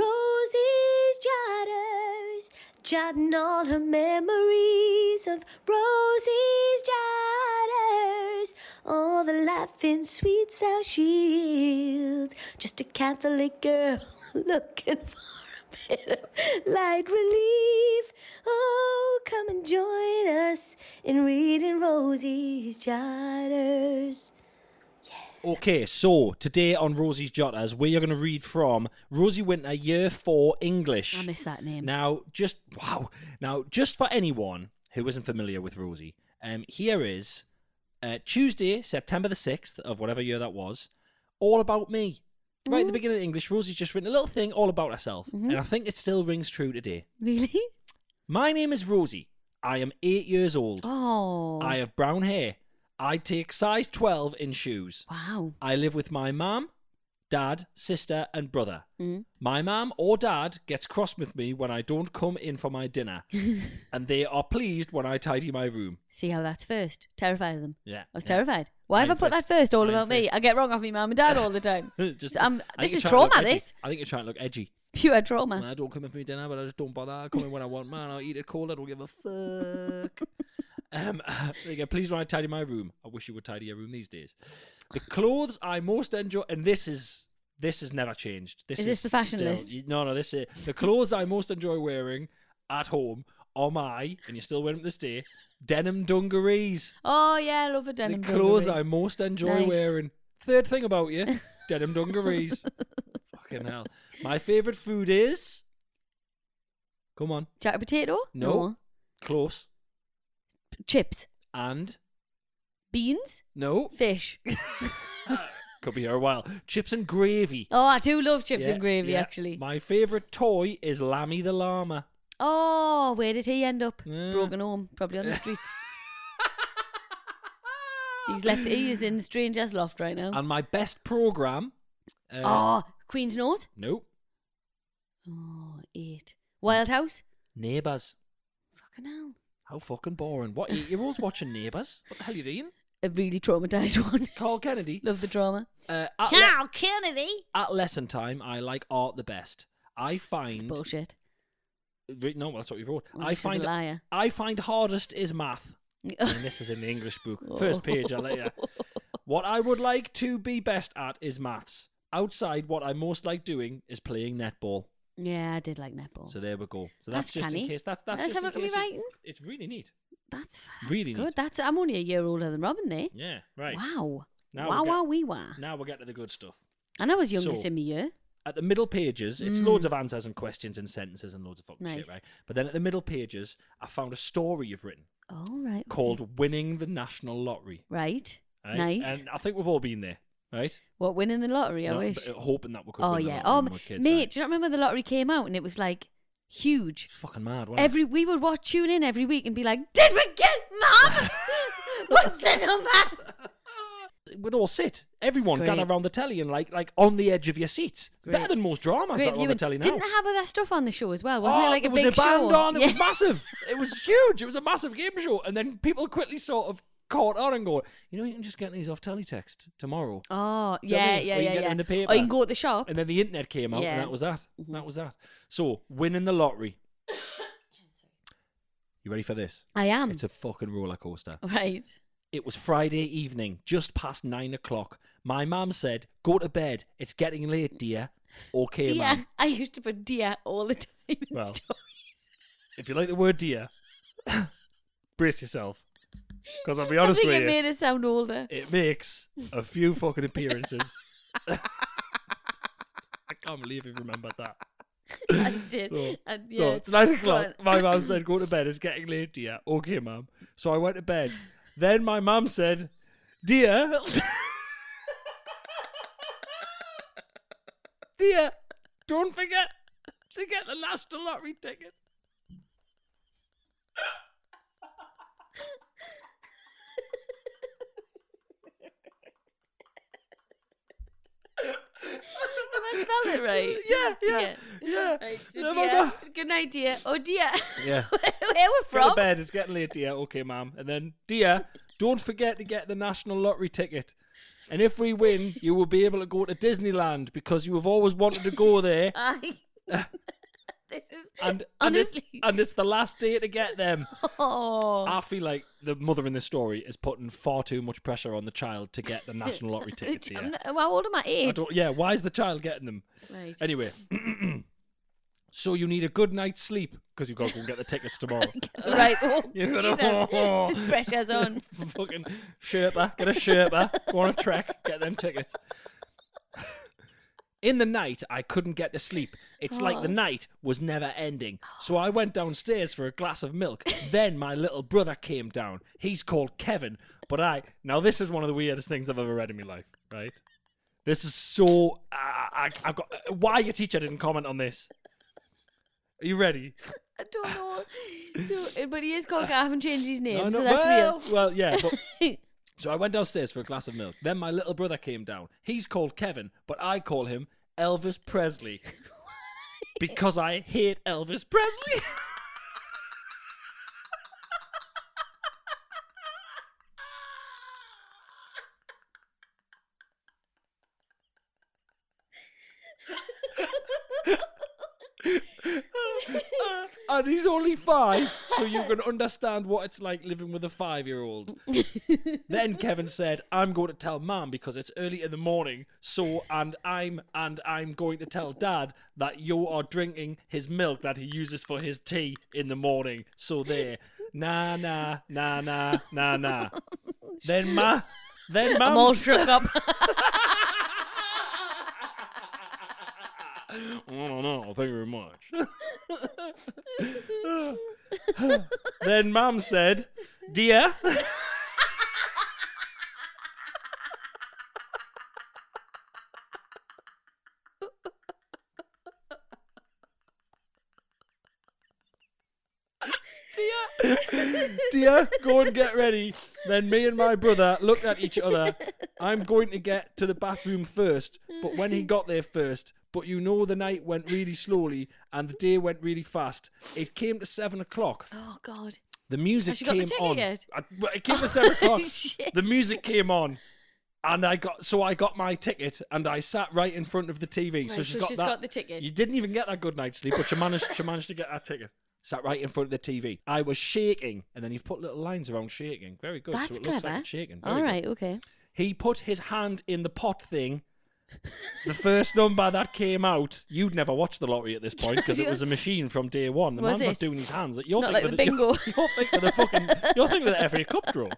S4: Rosie's Jotters, jotting all her memories of Rosie's Jotters. All the laughing sweet South Shield, just a Catholic girl looking for a bit of light relief. Oh, come and join us in reading Rosie's Jotters.
S2: Okay, so today on Rosie's Jotters, we are going to read from Rosie Winter, Year 4 English.
S1: I miss that name.
S2: Now, just wow. Now, just for anyone who isn't familiar with Rosie, um, here is uh, Tuesday, September the sixth of whatever year that was. All about me. Right at the beginning of English, Rosie's just written a little thing all about herself, and I think it still rings true today.
S1: Really?
S2: My name is Rosie. I am eight years old.
S1: Oh.
S2: I have brown hair. I take size twelve in shoes.
S1: Wow.
S2: I live with my mum, dad, sister, and brother.
S1: Mm.
S2: My mum or dad gets cross with me when I don't come in for my dinner, and they are pleased when I tidy my room.
S1: See how that's first. Terrified of them.
S2: Yeah,
S1: I was
S2: yeah.
S1: terrified. Why
S2: Iron
S1: have I put that
S2: fist.
S1: first? All
S2: Iron
S1: about me.
S2: fist.
S1: I get wrong off my mum and dad all the time.
S2: Just-
S1: um,
S2: I
S1: this
S2: think
S1: is
S2: you're trying to look
S1: trauma.
S2: edgy.
S1: This Uh.
S2: I think you're trying to look edgy.
S1: It's pure
S2: Man,
S1: trauma.
S2: I don't come in for my dinner, but I just don't bother. I come in when I want, man. I'll eat it cold. I don't give a fuck. um, they get pleased when I tidy my room. I wish you would tidy your room these days. The clothes I most enjoy, and this is this has never changed. This
S1: Is this the fashion
S2: still-
S1: list?
S2: you- No, no. This is the clothes I most enjoy wearing at home are my, and you're still wearing them this day. Denim dungarees.
S1: Oh yeah, I love a denim.
S2: the clothes
S1: dungaree.
S2: I most enjoy
S1: Nice.
S2: wearing. Third thing about you, denim dungarees. Fucking hell. My favourite food is. Come on,
S1: Jack potato.
S2: No. close.
S1: P- Chips.
S2: And.
S1: Beans.
S2: No.
S1: Fish.
S2: Could be here a while. Chips and gravy.
S1: Oh, I do love chips
S2: Yeah,
S1: and gravy.
S2: yeah.
S1: Actually.
S2: My favourite toy is Lammy the Llama.
S1: Oh, where did he end up?
S2: Yeah.
S1: Broken home, probably on the streets. He's left. He is in strange as loft right now.
S2: And my best program. Uh,
S1: oh, Queen's Nose.
S2: Nope.
S1: Oh, eight. Wild House.
S2: Neighbours.
S1: Fucking hell.
S2: How fucking boring. What eight year old's watching Neighbours? What the hell are you doing?
S1: A really traumatized one.
S2: Carl Kennedy.
S1: Love the drama.
S2: Uh, at, le-
S3: Carl Kennedy.
S2: at lesson time, I like art the best. I find
S1: Bullshit.
S2: Re- no, well, that's what you wrote.
S1: Well,
S2: I
S1: this is a
S2: find
S1: liar.
S2: I find hardest is math. and this is in the English book.
S1: Oh.
S2: First page, I'll let you. What I would like to be best at is maths. Outside, what I most like doing is playing netball.
S1: Yeah, I did like netball.
S2: So there we go. So that's,
S1: Oh. That's
S2: just in
S1: canny.
S2: case. That, that's
S1: Let's
S2: just
S1: have a
S2: in
S1: look at me
S2: case you-
S1: writing.
S2: It's really neat.
S1: that's, that's
S2: Really
S1: good.
S2: neat.
S1: That's I'm only a year older than Robin there.
S2: Yeah, right.
S1: Wow.
S2: Now
S1: wow,
S2: we
S1: wow,
S2: got-
S1: wee wow.
S2: Now we'll get to the good stuff.
S1: And I was youngest
S2: So-
S1: in my year.
S2: At the middle pages, it's
S1: Mm.
S2: loads of answers and questions and sentences and loads of fucking
S1: Nice.
S2: shit, right? But then at the middle pages, I found a story you've written
S1: All right.
S2: called "Winning the National Lottery."
S1: Right.
S2: right?
S1: Mm. Nice.
S2: And I think we've all been there, right?
S1: what winning the lottery? I
S2: No,
S1: wish.
S2: but uh, Hoping that we could.
S1: Oh
S2: win the
S1: yeah.
S2: lottery
S1: Oh m-
S2: when we were kids,
S1: mate,
S2: right?
S1: do you not remember the lottery came out and it was like huge.
S2: It's fucking mad. wasn't it?
S1: Every we would watch tune in every week and be like, "Did we get mum? What's the number?"
S2: we'd all sit, everyone
S1: It's
S2: gathered
S1: great.
S2: around the telly and like like on the edge of your seats. Better
S1: Great.
S2: than most dramas
S1: Great
S2: that are on the
S1: viewing.
S2: telly now.
S1: Didn't they have other stuff on the show as well? Wasn't
S2: oh,
S1: it like
S2: there
S1: a
S2: was
S1: big
S2: a band
S1: show?
S2: on. It was
S1: Yeah.
S2: massive. It was huge. It was a massive game show, and then people quickly sort of caught on and go, you know, you can just get these off teletext tomorrow.
S1: Oh
S2: you know what I
S1: yeah,
S2: mean?
S1: yeah,
S2: Or you
S1: yeah,
S2: get them
S1: yeah.
S2: in the paper.
S1: Or you can go to the shop.
S2: And then the internet came out,
S1: Yeah. Mm-hmm.
S2: and that was that. That was that. So winning the lottery. you ready for this?
S1: I am
S2: It's a fucking roller coaster.
S1: right.
S2: It was Friday evening, just past nine o'clock. My mum said, Go to bed. It's getting late, dear. Okay,
S1: dear,
S2: mum.
S1: I used to put dear all the time. in
S2: Well,
S1: stories.
S2: If you like the word dear, brace yourself. Because I'll be
S1: I
S2: honest
S1: think
S2: with
S1: it
S2: you,
S1: made it sound older.
S2: it makes a few fucking appearances. I can't believe you remembered that.
S1: I did.
S2: So,
S1: I- yeah.
S2: so it's nine
S1: Go
S2: o'clock.
S1: on.
S2: My mum said, "Go to bed. It's getting late, dear." Okay, mum. So I went to bed. Then my mum said, "Dear, dear, don't forget to get the national lottery ticket."
S1: Have I spelled it right?
S2: Yeah, yeah, yeah.
S1: Right, so
S2: Then my
S1: dear.
S2: mum-
S1: Good night, dear. Oh, dear.
S2: Yeah.
S1: Where we're
S2: Go to
S1: from?
S2: bed. It's getting late, dear. Okay, ma'am. And then, dear, don't forget to get the national lottery ticket. And if we win, you will be able to go to Disneyland because you have always wanted to go there.
S1: I... this is
S2: And and it's,
S1: honestly.
S2: and it's the last day to get them.
S1: oh.
S2: I feel like the mother in this story is putting far too much pressure on the child to get the national lottery tickets
S1: I'm
S2: here.
S1: not- How old am I?
S2: I
S1: Eight.
S2: don't, yeah, why is the child getting them?
S1: Right.
S2: Anyway, so you need a good night's sleep because you've got to go and get the tickets tomorrow.
S1: Right. Oh,
S2: You know
S1: Jesus.
S2: what I mean?
S1: Pressure's on.
S2: fucking Sherpa, get a Sherpa, go on a trek, get them tickets. In the night, I couldn't get to sleep. It's like the night was never ending. So I went downstairs for a glass of milk. Then my little brother came down. He's called Kevin, but I. Now, this is one of the weirdest things I've ever read in my life, right? This is so. I I, I've got. Why your teacher didn't comment on this? Are you ready?
S1: I don't know. So, eh, but he is called. I haven't changed his name,
S2: No, no,
S1: so that's
S2: well,
S1: real.
S2: well, yeah, but So I went downstairs for a glass of milk. Then my little brother came down. He's called Kevin, but I call him Elvis Presley because I hate Elvis Presley. and he's only five, so you can understand what it's like living with a five year old. then Kevin said, I'm going to tell mum because it's early in the morning, so and I'm and I'm going to tell dad that you are drinking his milk that he uses for his tea in the morning. So there. Nah nah nah nah nah nah. then ma then
S1: I'm all
S2: mum
S1: shook up.
S2: I don't know. Thank you very much. then Mum said, "Dear." dear, dear, go and get ready. Then me and my brother looked at each other. I'm going to get to the bathroom first, but when he got there first, but you know the night went really slowly and the day went really fast. It came to seven o'clock.
S1: Oh God.
S2: The music
S1: Has she got the
S2: came
S1: ticket
S2: on.
S1: yet? Oh,
S2: I, well, it came to seven o'clock.
S1: shit.
S2: The music came on. And I got so I got my ticket and I sat right in front of the TV. so
S1: Right,
S2: she's
S1: so
S2: got
S1: she's
S2: that.
S1: got the ticket.
S2: You didn't even get that good night's sleep, but she managed. she managed to get that ticket. Sat right in front of the TV. I was shaking, and then you've put little lines around shaking. Very good.
S1: That's
S2: so it looks
S1: clever.
S2: like it's shaking. Very
S1: All
S2: good.
S1: right. Okay.
S2: He put his hand in the pot thing. the first number that came out, you'd never watched the lottery at this point because it was a machine from day one. The
S1: Was
S2: man's not
S1: it?
S2: doing his hands. You're
S1: Not
S2: thinking
S1: like the
S2: of
S1: bingo.
S2: You're, you're thinking of the fucking. You're thinking of the FA Cup draw.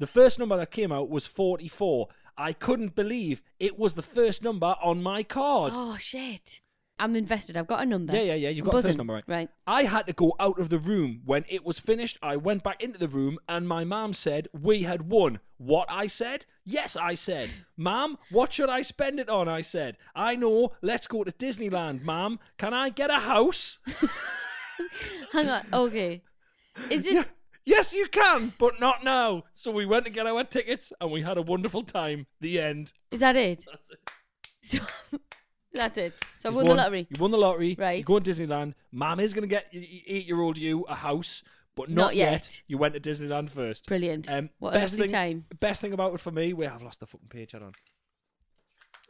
S2: The first number that came out was 44. I couldn't believe it was the first number on my card.
S1: Oh shit. I'm invested. I've got a number.
S2: Yeah, yeah, yeah. You've
S1: I'm
S2: got the first
S1: buzzing.
S2: number right.
S1: Right.
S2: I had to go out of the room. When it was finished, I went back into the room and my mum said we had won. What I said? Yes, I said. Mum, what should I spend it on? I said. I know. Let's go to Disneyland, Mum. Can I get a house?
S1: Hang on. Okay. Is this?
S2: yes, you can, but not now. So we went to get our tickets and we had a wonderful time. The end.
S1: Is that it? That's it. So, that's it. So I
S2: He's
S1: won the lottery.
S2: You won the lottery. You
S1: Right.
S2: go to Disneyland. Mum is going to get eight year old you a house, but not,
S1: Not yet.
S2: You went to Disneyland first. Um,
S1: Brilliant. what a
S2: best
S1: lovely
S2: thing,
S1: time.
S2: Best thing about it for me, we have lost the fucking page. Hold on.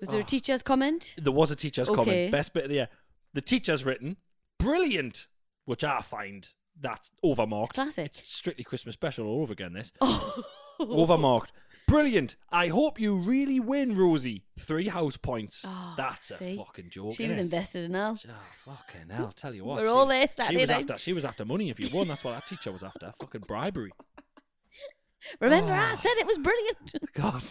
S1: Was
S2: Ah.
S1: there a teacher's comment?
S2: There was a teacher's
S1: Okay.
S2: comment. Best bit of the year. The teacher's written, brilliant, which I find that's overmarked.
S1: It's classic.
S2: It's strictly Christmas special all over again, this.
S1: Oh.
S2: Overmarked. Brilliant. I hope you really win, Rosie. Three house points.
S1: Oh,
S2: that's a
S1: see?
S2: fucking joke.
S1: She was
S2: innit?
S1: invested in Al.
S2: Oh, fucking hell, tell you what.
S1: We're
S2: she
S1: all
S2: was-
S1: there Saturday
S2: she was,
S1: night.
S2: after, she was after money if you won. That's what that teacher was after. Fucking bribery.
S1: Remember, I said it was brilliant.
S2: God.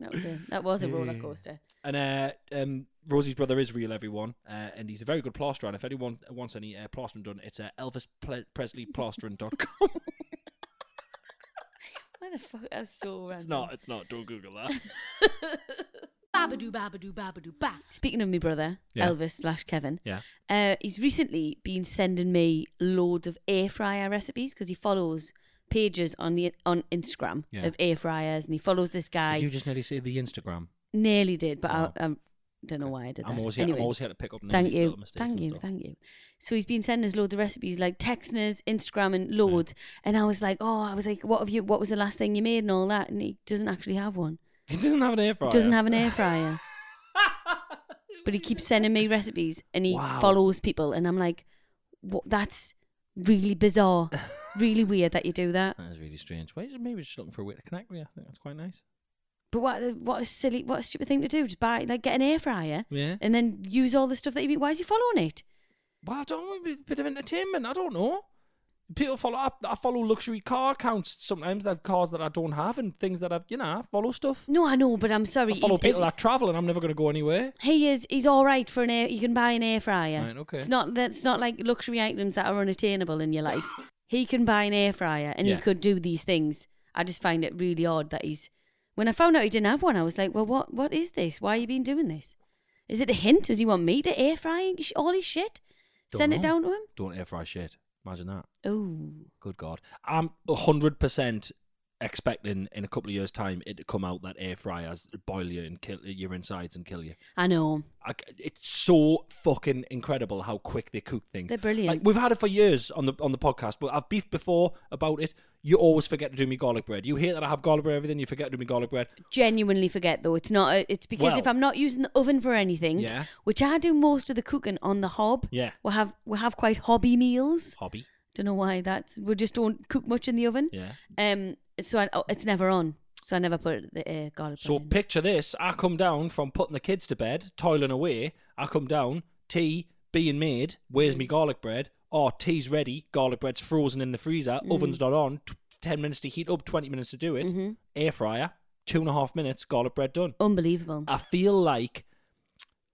S1: That was a that was a roller coaster.
S2: And uh, um, Rosie's brother is real, everyone, uh, and he's a very good plasterer. And if anyone wants any uh, plastering done, it's uh, Elvis Ple- Presley plastering.com.
S1: Why the fuck? That's so random.
S2: it's not, it's not. Don't Google that.
S3: Babadoo, babadoo, babadoo, ba.
S1: Speaking of me brother,
S2: Yeah.
S1: Elvis slash Kevin,
S2: Yeah.
S1: uh, he's recently been sending me loads of air fryer recipes because he follows pages on the on Instagram
S2: Yeah.
S1: of air fryers, and he follows this guy.
S2: Did you just nearly say the Instagram?
S1: Nearly did, but
S2: Wow.
S1: I, I don't know why I did that.
S2: I'm always, here,
S1: anyway,
S2: I'm always here to pick up on
S1: thank
S2: these
S1: you,
S2: little mistakes
S1: thank
S2: and
S1: you,
S2: stuff.
S1: thank you. So he's been sending us loads of recipes, like texting us, Instagram, and loads. And I was like, oh, I was like, what have you? What was the last thing you made and all that? And he doesn't actually have one.
S2: He doesn't have an air fryer.
S1: Doesn't have an air fryer. but he keeps sending me recipes and he
S2: Wow.
S1: follows people and I'm like, what that's really bizarre. really weird that you do that.
S2: That is really strange. Well, he's- maybe he's just looking for a way to connect with you. I think that's quite nice.
S1: But what what a silly what a stupid thing to do. Just buy like get an air fryer
S2: Yeah.
S1: and then use all the stuff that you eat. Why is he following it?
S2: Well, I don't know. A bit of entertainment. I don't know. People follow. I, I follow luxury car accounts sometimes. They have cars that I don't have and things that I've, you know, I follow stuff.
S1: No, I know, but I'm sorry.
S2: I follow
S1: he's-
S2: people that travel and I'm never going to go anywhere.
S1: he is he's all right for an air you can buy an air fryer.
S2: Right, okay.
S1: It's not that's not like luxury items that are unattainable in your life. he can buy an air fryer and
S2: Yeah.
S1: he could do these things. I just find it really odd that he's when I found out he didn't have one, I was like, Well what what is this? Why you been doing this? Is it a hint? Does he want me to air fry sh- all his shit?
S2: Don't
S1: Send
S2: know.
S1: it down to him?
S2: Don't air fry shit. Imagine that.
S1: Oh.
S2: Good God. I'm 100% expecting in a couple of years' time it to come out that air fryers boil you and kill your insides and kill you.
S1: I know.
S2: I c it's so fucking incredible how quick they cook things.
S1: They're brilliant.
S2: Like we've had it for years on the on the podcast, but I've beefed before about it. You always forget to do me garlic bread. You hear that I have garlic bread, everything. You forget to do me garlic bread.
S1: Genuinely forget though. It's not it's because
S2: Well-
S1: if I'm not using the oven for anything,
S2: Yeah.
S1: which I do most of the cooking on the hob.
S2: Yeah.
S1: We'll have we'll have quite hobby meals.
S2: Hobby.
S1: Don't know why that's we just don't cook much in the oven.
S2: Yeah.
S1: Um. So I, oh, it's never on. So I never put the uh, garlic.
S2: So
S1: bread in.
S2: picture this: I come down from putting the kids to bed, toiling away. I come down, tea being made. Where's me garlic bread? Oh, tea's ready. Garlic bread's frozen in the freezer.
S1: Mm.
S2: Oven's not on. T- Ten minutes to heat up. Twenty minutes to do it.
S1: Mm-hmm.
S2: Air fryer. Two and a half minutes. Garlic bread done.
S1: unbelievable.
S2: I feel like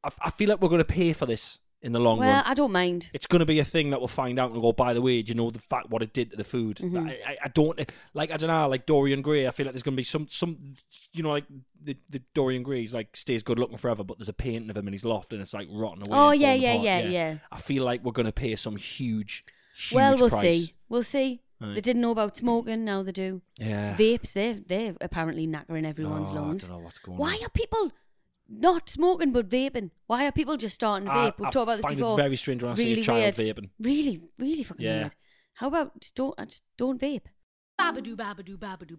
S2: I, I feel like we're going to pay for this in the long
S1: Well,
S2: run.
S1: I don't mind.
S2: It's going to be a thing that we'll find out and go, by the way, do you know the fact what it did to the food?
S1: Mm-hmm.
S2: I, I, I don't, like, I don't know, like Dorian Gray, I feel like there's going to be some, some, you know, like the, the Dorian Gray, he's like, stays good looking forever, but there's a painting of him in his loft and it's like rotten away.
S1: Oh,
S2: and
S1: yeah,
S2: falling
S1: yeah,
S2: apart.
S1: yeah, yeah.
S2: I feel like we're going to pay some huge, huge
S1: well, we'll
S2: price.
S1: see. We'll see.
S2: Right.
S1: They didn't know about smoking. Now they do.
S2: Yeah.
S1: Vapes. They're they're apparently knackering everyone's
S2: Oh,
S1: lungs.
S2: I don't know what's going
S1: Why
S2: on.
S1: are people not smoking but vaping? Why are people just starting to
S2: I-
S1: vape? We've
S2: I
S1: talked about this
S2: find it
S1: before.
S2: very strange when I see a
S1: really
S2: child
S1: weird.
S2: vaping.
S1: Really, really fucking
S2: Yeah.
S1: weird. How about just don't I just don't vape?
S3: Babadoo, babadoo, babadoo.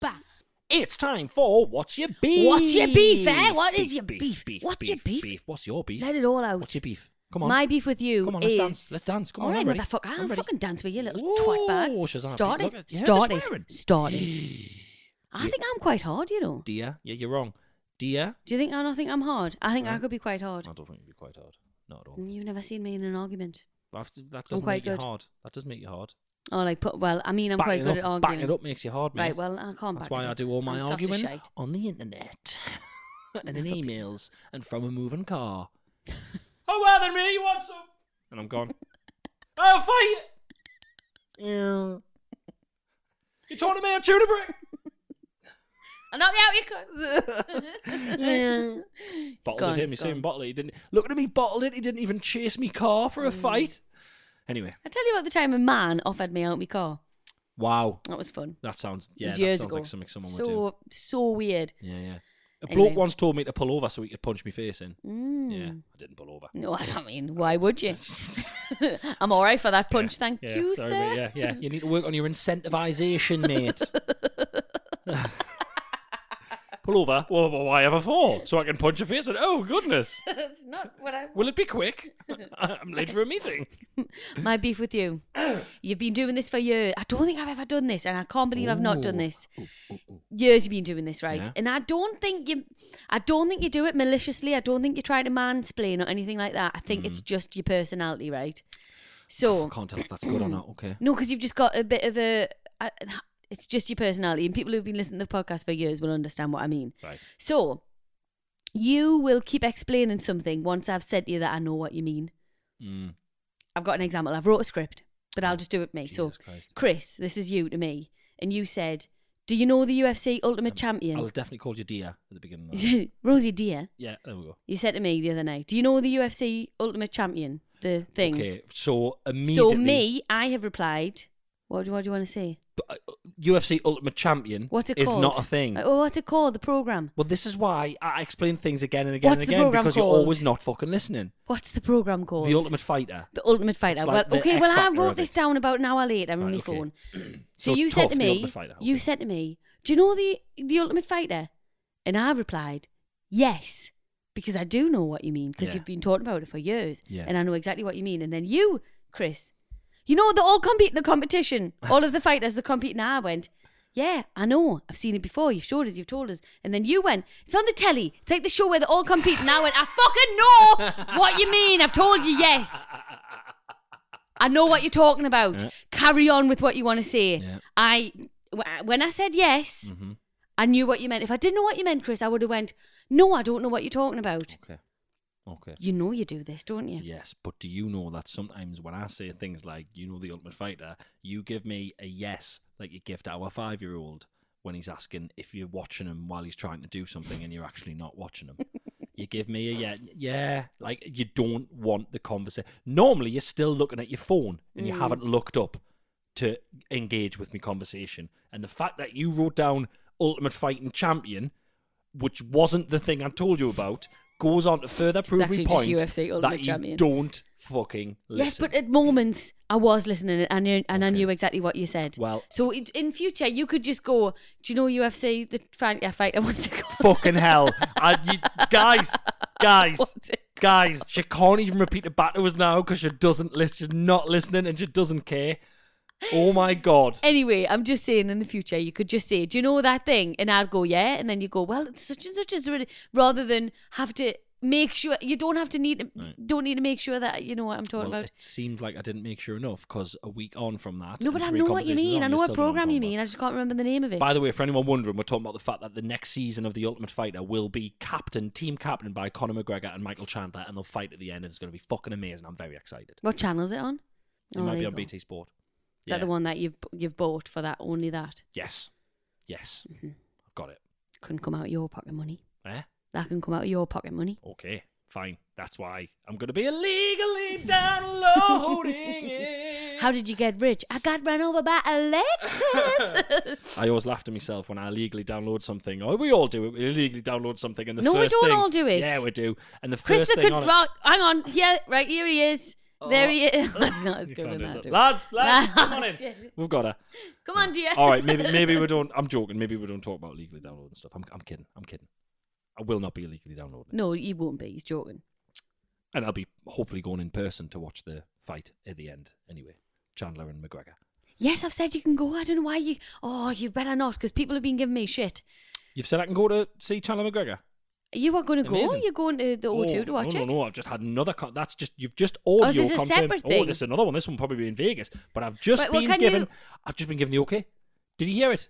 S1: Bah.
S2: It's time for what's your beef?
S1: What's your beef, eh? What is your beef? What's your beef?
S2: What's your beef?
S1: Let it all out.
S2: What's your beef? Come on.
S1: My beef with you
S2: Come on,
S1: is.
S2: let's dance. Let's dance. Come on,
S1: All right,
S2: I'm ready.
S1: motherfucker.
S2: I'm
S1: I'll
S2: ready.
S1: fucking dance with you, little
S2: Ooh,
S1: twat bag.
S2: Shazam,
S1: Start
S2: look
S1: it.
S2: at- yeah,
S1: Start
S2: just wear
S1: it.
S2: it.
S1: Start it. I think I'm quite hard, you know.
S2: Dear, yeah, you're wrong. Dear,
S1: Do you think I don't think I'm hard? I think I could be quite hard.
S2: I don't think you'd be quite hard. Not at all.
S1: You've never seen me in an argument.
S2: That, that doesn't
S1: quite
S2: make you
S1: good.
S2: hard. That does make you hard.
S1: Oh, like put. Well, I mean, I'm
S2: Backing
S1: quite good
S2: it
S1: at
S2: up,
S1: arguing.
S2: Backing it up makes you hard, mate.
S1: Right, well, I can't
S2: That's
S1: back
S2: why
S1: it
S2: I
S1: up.
S2: do all my
S1: I'm soft as
S2: arguing
S1: shite.
S2: on the internet and in
S1: That's okay.
S2: emails and from a moving car. oh, well, then, me, you want some? And I'm gone. oh, fight! Yeah. You're talking to me, I'm tuning break!
S1: I'll knock you out, you cunt.
S2: bottled
S1: Gone,
S2: it him.
S1: it's
S2: He's saying
S1: gone.
S2: bottled it. He didn't look at me bottled it. He didn't even chase me car for a
S1: Mm.
S2: fight. Anyway,
S1: I tell you about the time a man offered me out my car.
S2: wow,
S1: That was fun.
S2: that sounds
S1: It
S2: yeah,
S1: was
S2: that
S1: years
S2: sounds
S1: ago.
S2: like something someone
S1: so,
S2: would
S1: So weird.
S2: do. Yeah, yeah. A
S1: Anyway.
S2: bloke once told me to pull over so he could punch me face in.
S1: Mm.
S2: Yeah, I didn't pull over.
S1: No, I don't mean, why would you? I'm all right for that punch,
S2: Yeah,
S1: thank
S2: yeah,
S1: you,
S2: sorry,
S1: sir.
S2: mate, yeah, yeah. You need to work on your incentivization, mate. pull over. Well, well, why ever for? So I can punch your face in. Oh goodness!
S1: That's not what I.
S2: Will it be quick? I'm late for a meeting.
S1: My beef with you. You've been doing this for years. I don't think I've ever done this, and I can't believe I've not done
S2: Ooh.
S1: this. Years you've been doing this, right?
S2: Yeah.
S1: And I don't think you, I don't think you do it maliciously. I don't think you try to mansplain or anything like that. I think
S2: Mm.
S1: it's just your personality, right? So
S2: I can't tell if that's good or not. Okay.
S1: No, because you've just got a bit of a. I- It's just your personality, and people who've been listening to the podcast for years will understand what I mean.
S2: Right.
S1: So, you will keep explaining something once I've said to you that I know what you mean.
S2: Mm.
S1: I've got an example. I've wrote a script, but I'll just do it me. so,
S2: Jesus Christ.
S1: Chris, this is you to me, and you said, "Do you know the UFC Ultimate
S2: Um, I'll
S1: Champion,
S2: definitely call you Dia at the beginning. Of that.
S1: Rosie dear?"
S2: yeah, there we go.
S1: You said to me the other night, "Do you know the UFC Ultimate Champion, the thing?"
S2: Okay, so immediately,
S1: So me, I have replied. What do, what do you want to say?
S2: but, uh, UFC Ultimate Champion
S1: What's it
S2: is
S1: called?
S2: not a thing.
S1: Uh, well, what's it called? The program.
S2: well, this is why I I explain things again and again
S1: What's
S2: and
S1: the
S2: again
S1: programme
S2: because
S1: called?
S2: you're always not fucking listening.
S1: What's the program called?
S2: The Ultimate Fighter.
S1: The Ultimate Fighter.
S2: It's like
S1: well,
S2: the
S1: okay.
S2: X
S1: Well, I
S2: Factor
S1: wrote
S2: of
S1: this
S2: it.
S1: down about an hour later on
S2: Right,
S1: my
S2: okay.
S1: phone. So,
S2: So
S1: you said
S2: tough,
S1: to
S2: The
S1: me,
S2: Ultimate Fighter,
S1: you
S2: okay.
S1: said to me, do you know the the Ultimate Fighter? And I replied, yes, because I do know what you mean because
S2: Yeah.
S1: you've been talking about it for years,
S2: Yeah.
S1: and I know exactly what you mean. And then you, Chris, you know they're all competing in the competition. All of the fighters are competing. And I went, Yeah, I know. I've seen it before. You've showed us. You've told us. And then you went, It's on the telly. It's like the show where they all compete. And I went, I fucking know what you mean. I've told you, yes. I know what you're talking about.
S2: Yeah.
S1: Carry on with what you want to say.
S2: Yeah. Mm-hmm.
S1: I, wh- when I said yes, I knew what you meant. If I didn't know what you meant, Chris, I would have went, No, I don't know what you're talking about.
S2: Okay. Okay.
S1: You know you do this, don't you?
S2: Yes, but do you know that sometimes when I say things like, you know, the ultimate fighter, you give me a yes, like you give to our five year old when he's asking if you're watching him while he's trying to do something and you're actually not watching him. you give me a yeah, yeah, like you don't want the conversation. Normally, you're still looking at your phone and
S1: Mm.
S2: you haven't looked up to engage with me conversation. And the fact that you wrote down ultimate fighting champion which wasn't the thing I told you about, goes on to further prove my
S1: actually just
S2: point
S1: UFC Ultimate
S2: that you
S1: Champion.
S2: don't fucking listen.
S1: Yes, but at moments I was listening and I knew, and I
S2: Okay.
S1: knew exactly what you said.
S2: Well-
S1: so it, in future you could just go. Do you know UFC the fight? Yeah, fight. I want to go.
S2: fucking hell, I, you, guys, guys.
S1: What's it
S2: Guys, she can't even repeat the back to us now because she doesn't listen. She's not listening and she doesn't care. Oh my god!
S1: Anyway, I'm just saying in the future you could just say, "Do you know that thing?" And I'd go, "Yeah," and then you go, "Well, it's such and such is really," rather than have to make sure you don't have to need don't need to make sure that you know what I'm talking
S2: Well,
S1: about.
S2: it seemed like I didn't make sure enough because a week on from that.
S1: No,
S2: and
S1: but I
S2: three
S1: know what you
S2: conversations
S1: mean.
S2: on,
S1: I
S2: you
S1: know
S2: still
S1: what
S2: don't know
S1: program you
S2: about.
S1: mean. I just can't remember the name of it.
S2: By the way, for anyone wondering, we're talking about the fact that the next season of The Ultimate Fighter will be captain, team captain by Conor McGregor and Michael Chandler, and they'll fight at the end, and it's going to be fucking amazing. I'm very excited.
S1: what channel is it on?
S2: It
S1: Oh,
S2: might
S1: there
S2: be
S1: you
S2: on
S1: go.
S2: BT Sport.
S1: Is that the one that you've you've bought for that only that?
S2: Yes. Yes.
S1: Mm-hmm.
S2: I've got it.
S1: couldn't come out of your pocket money.
S2: Eh?
S1: That can come out of your pocket money.
S2: Okay. Fine. That's why I'm going to be illegally downloading it.
S1: How did you get rich? I got run over by Alexis.
S2: I always laugh to myself when I illegally download something. Oh, we all do it. We illegally download something, and the
S1: No, we
S2: first
S1: don't
S2: thing-
S1: all do it.
S2: Yeah, we do. And the
S1: Chris
S2: first
S1: the
S2: thing
S1: could
S2: on it-
S1: right, hang on. Yeah, right here he is. There he is. That's not as
S2: You
S1: good
S2: can't
S1: as
S2: do
S1: that.
S2: that.
S1: dude.
S2: Lads, lads, come on in.
S1: Shit.
S2: We've got her.
S1: Come on, dear.
S2: All right, maybe maybe we don't. I'm joking. Maybe we don't talk about legally downloading stuff. I'm, I'm kidding. I'm kidding. I will not be illegally downloading, it.
S1: No, he won't be. He's joking.
S2: and I'll be hopefully going in person to watch the fight at the end. Anyway, Chandler and McGregor.
S1: Yes, I've said you can go. I don't know why you. Oh, you better not, because people have been giving me shit.
S2: You've said I can go to see Chandler McGregor.
S1: You are going to go.
S2: Amazing. Oh,
S1: You're going to the O2 to watch
S2: no,
S1: it.
S2: No, no, I've just had another. Con- that's just you've just
S1: is
S2: audio.
S1: this a
S2: confirmed-
S1: separate
S2: Oh,
S1: thing?
S2: this is another one. This one will probably be in Vegas, but I've just
S1: Right, well,
S2: been
S1: can
S2: given.
S1: you-
S2: I've just been given the okay. Did you hear it?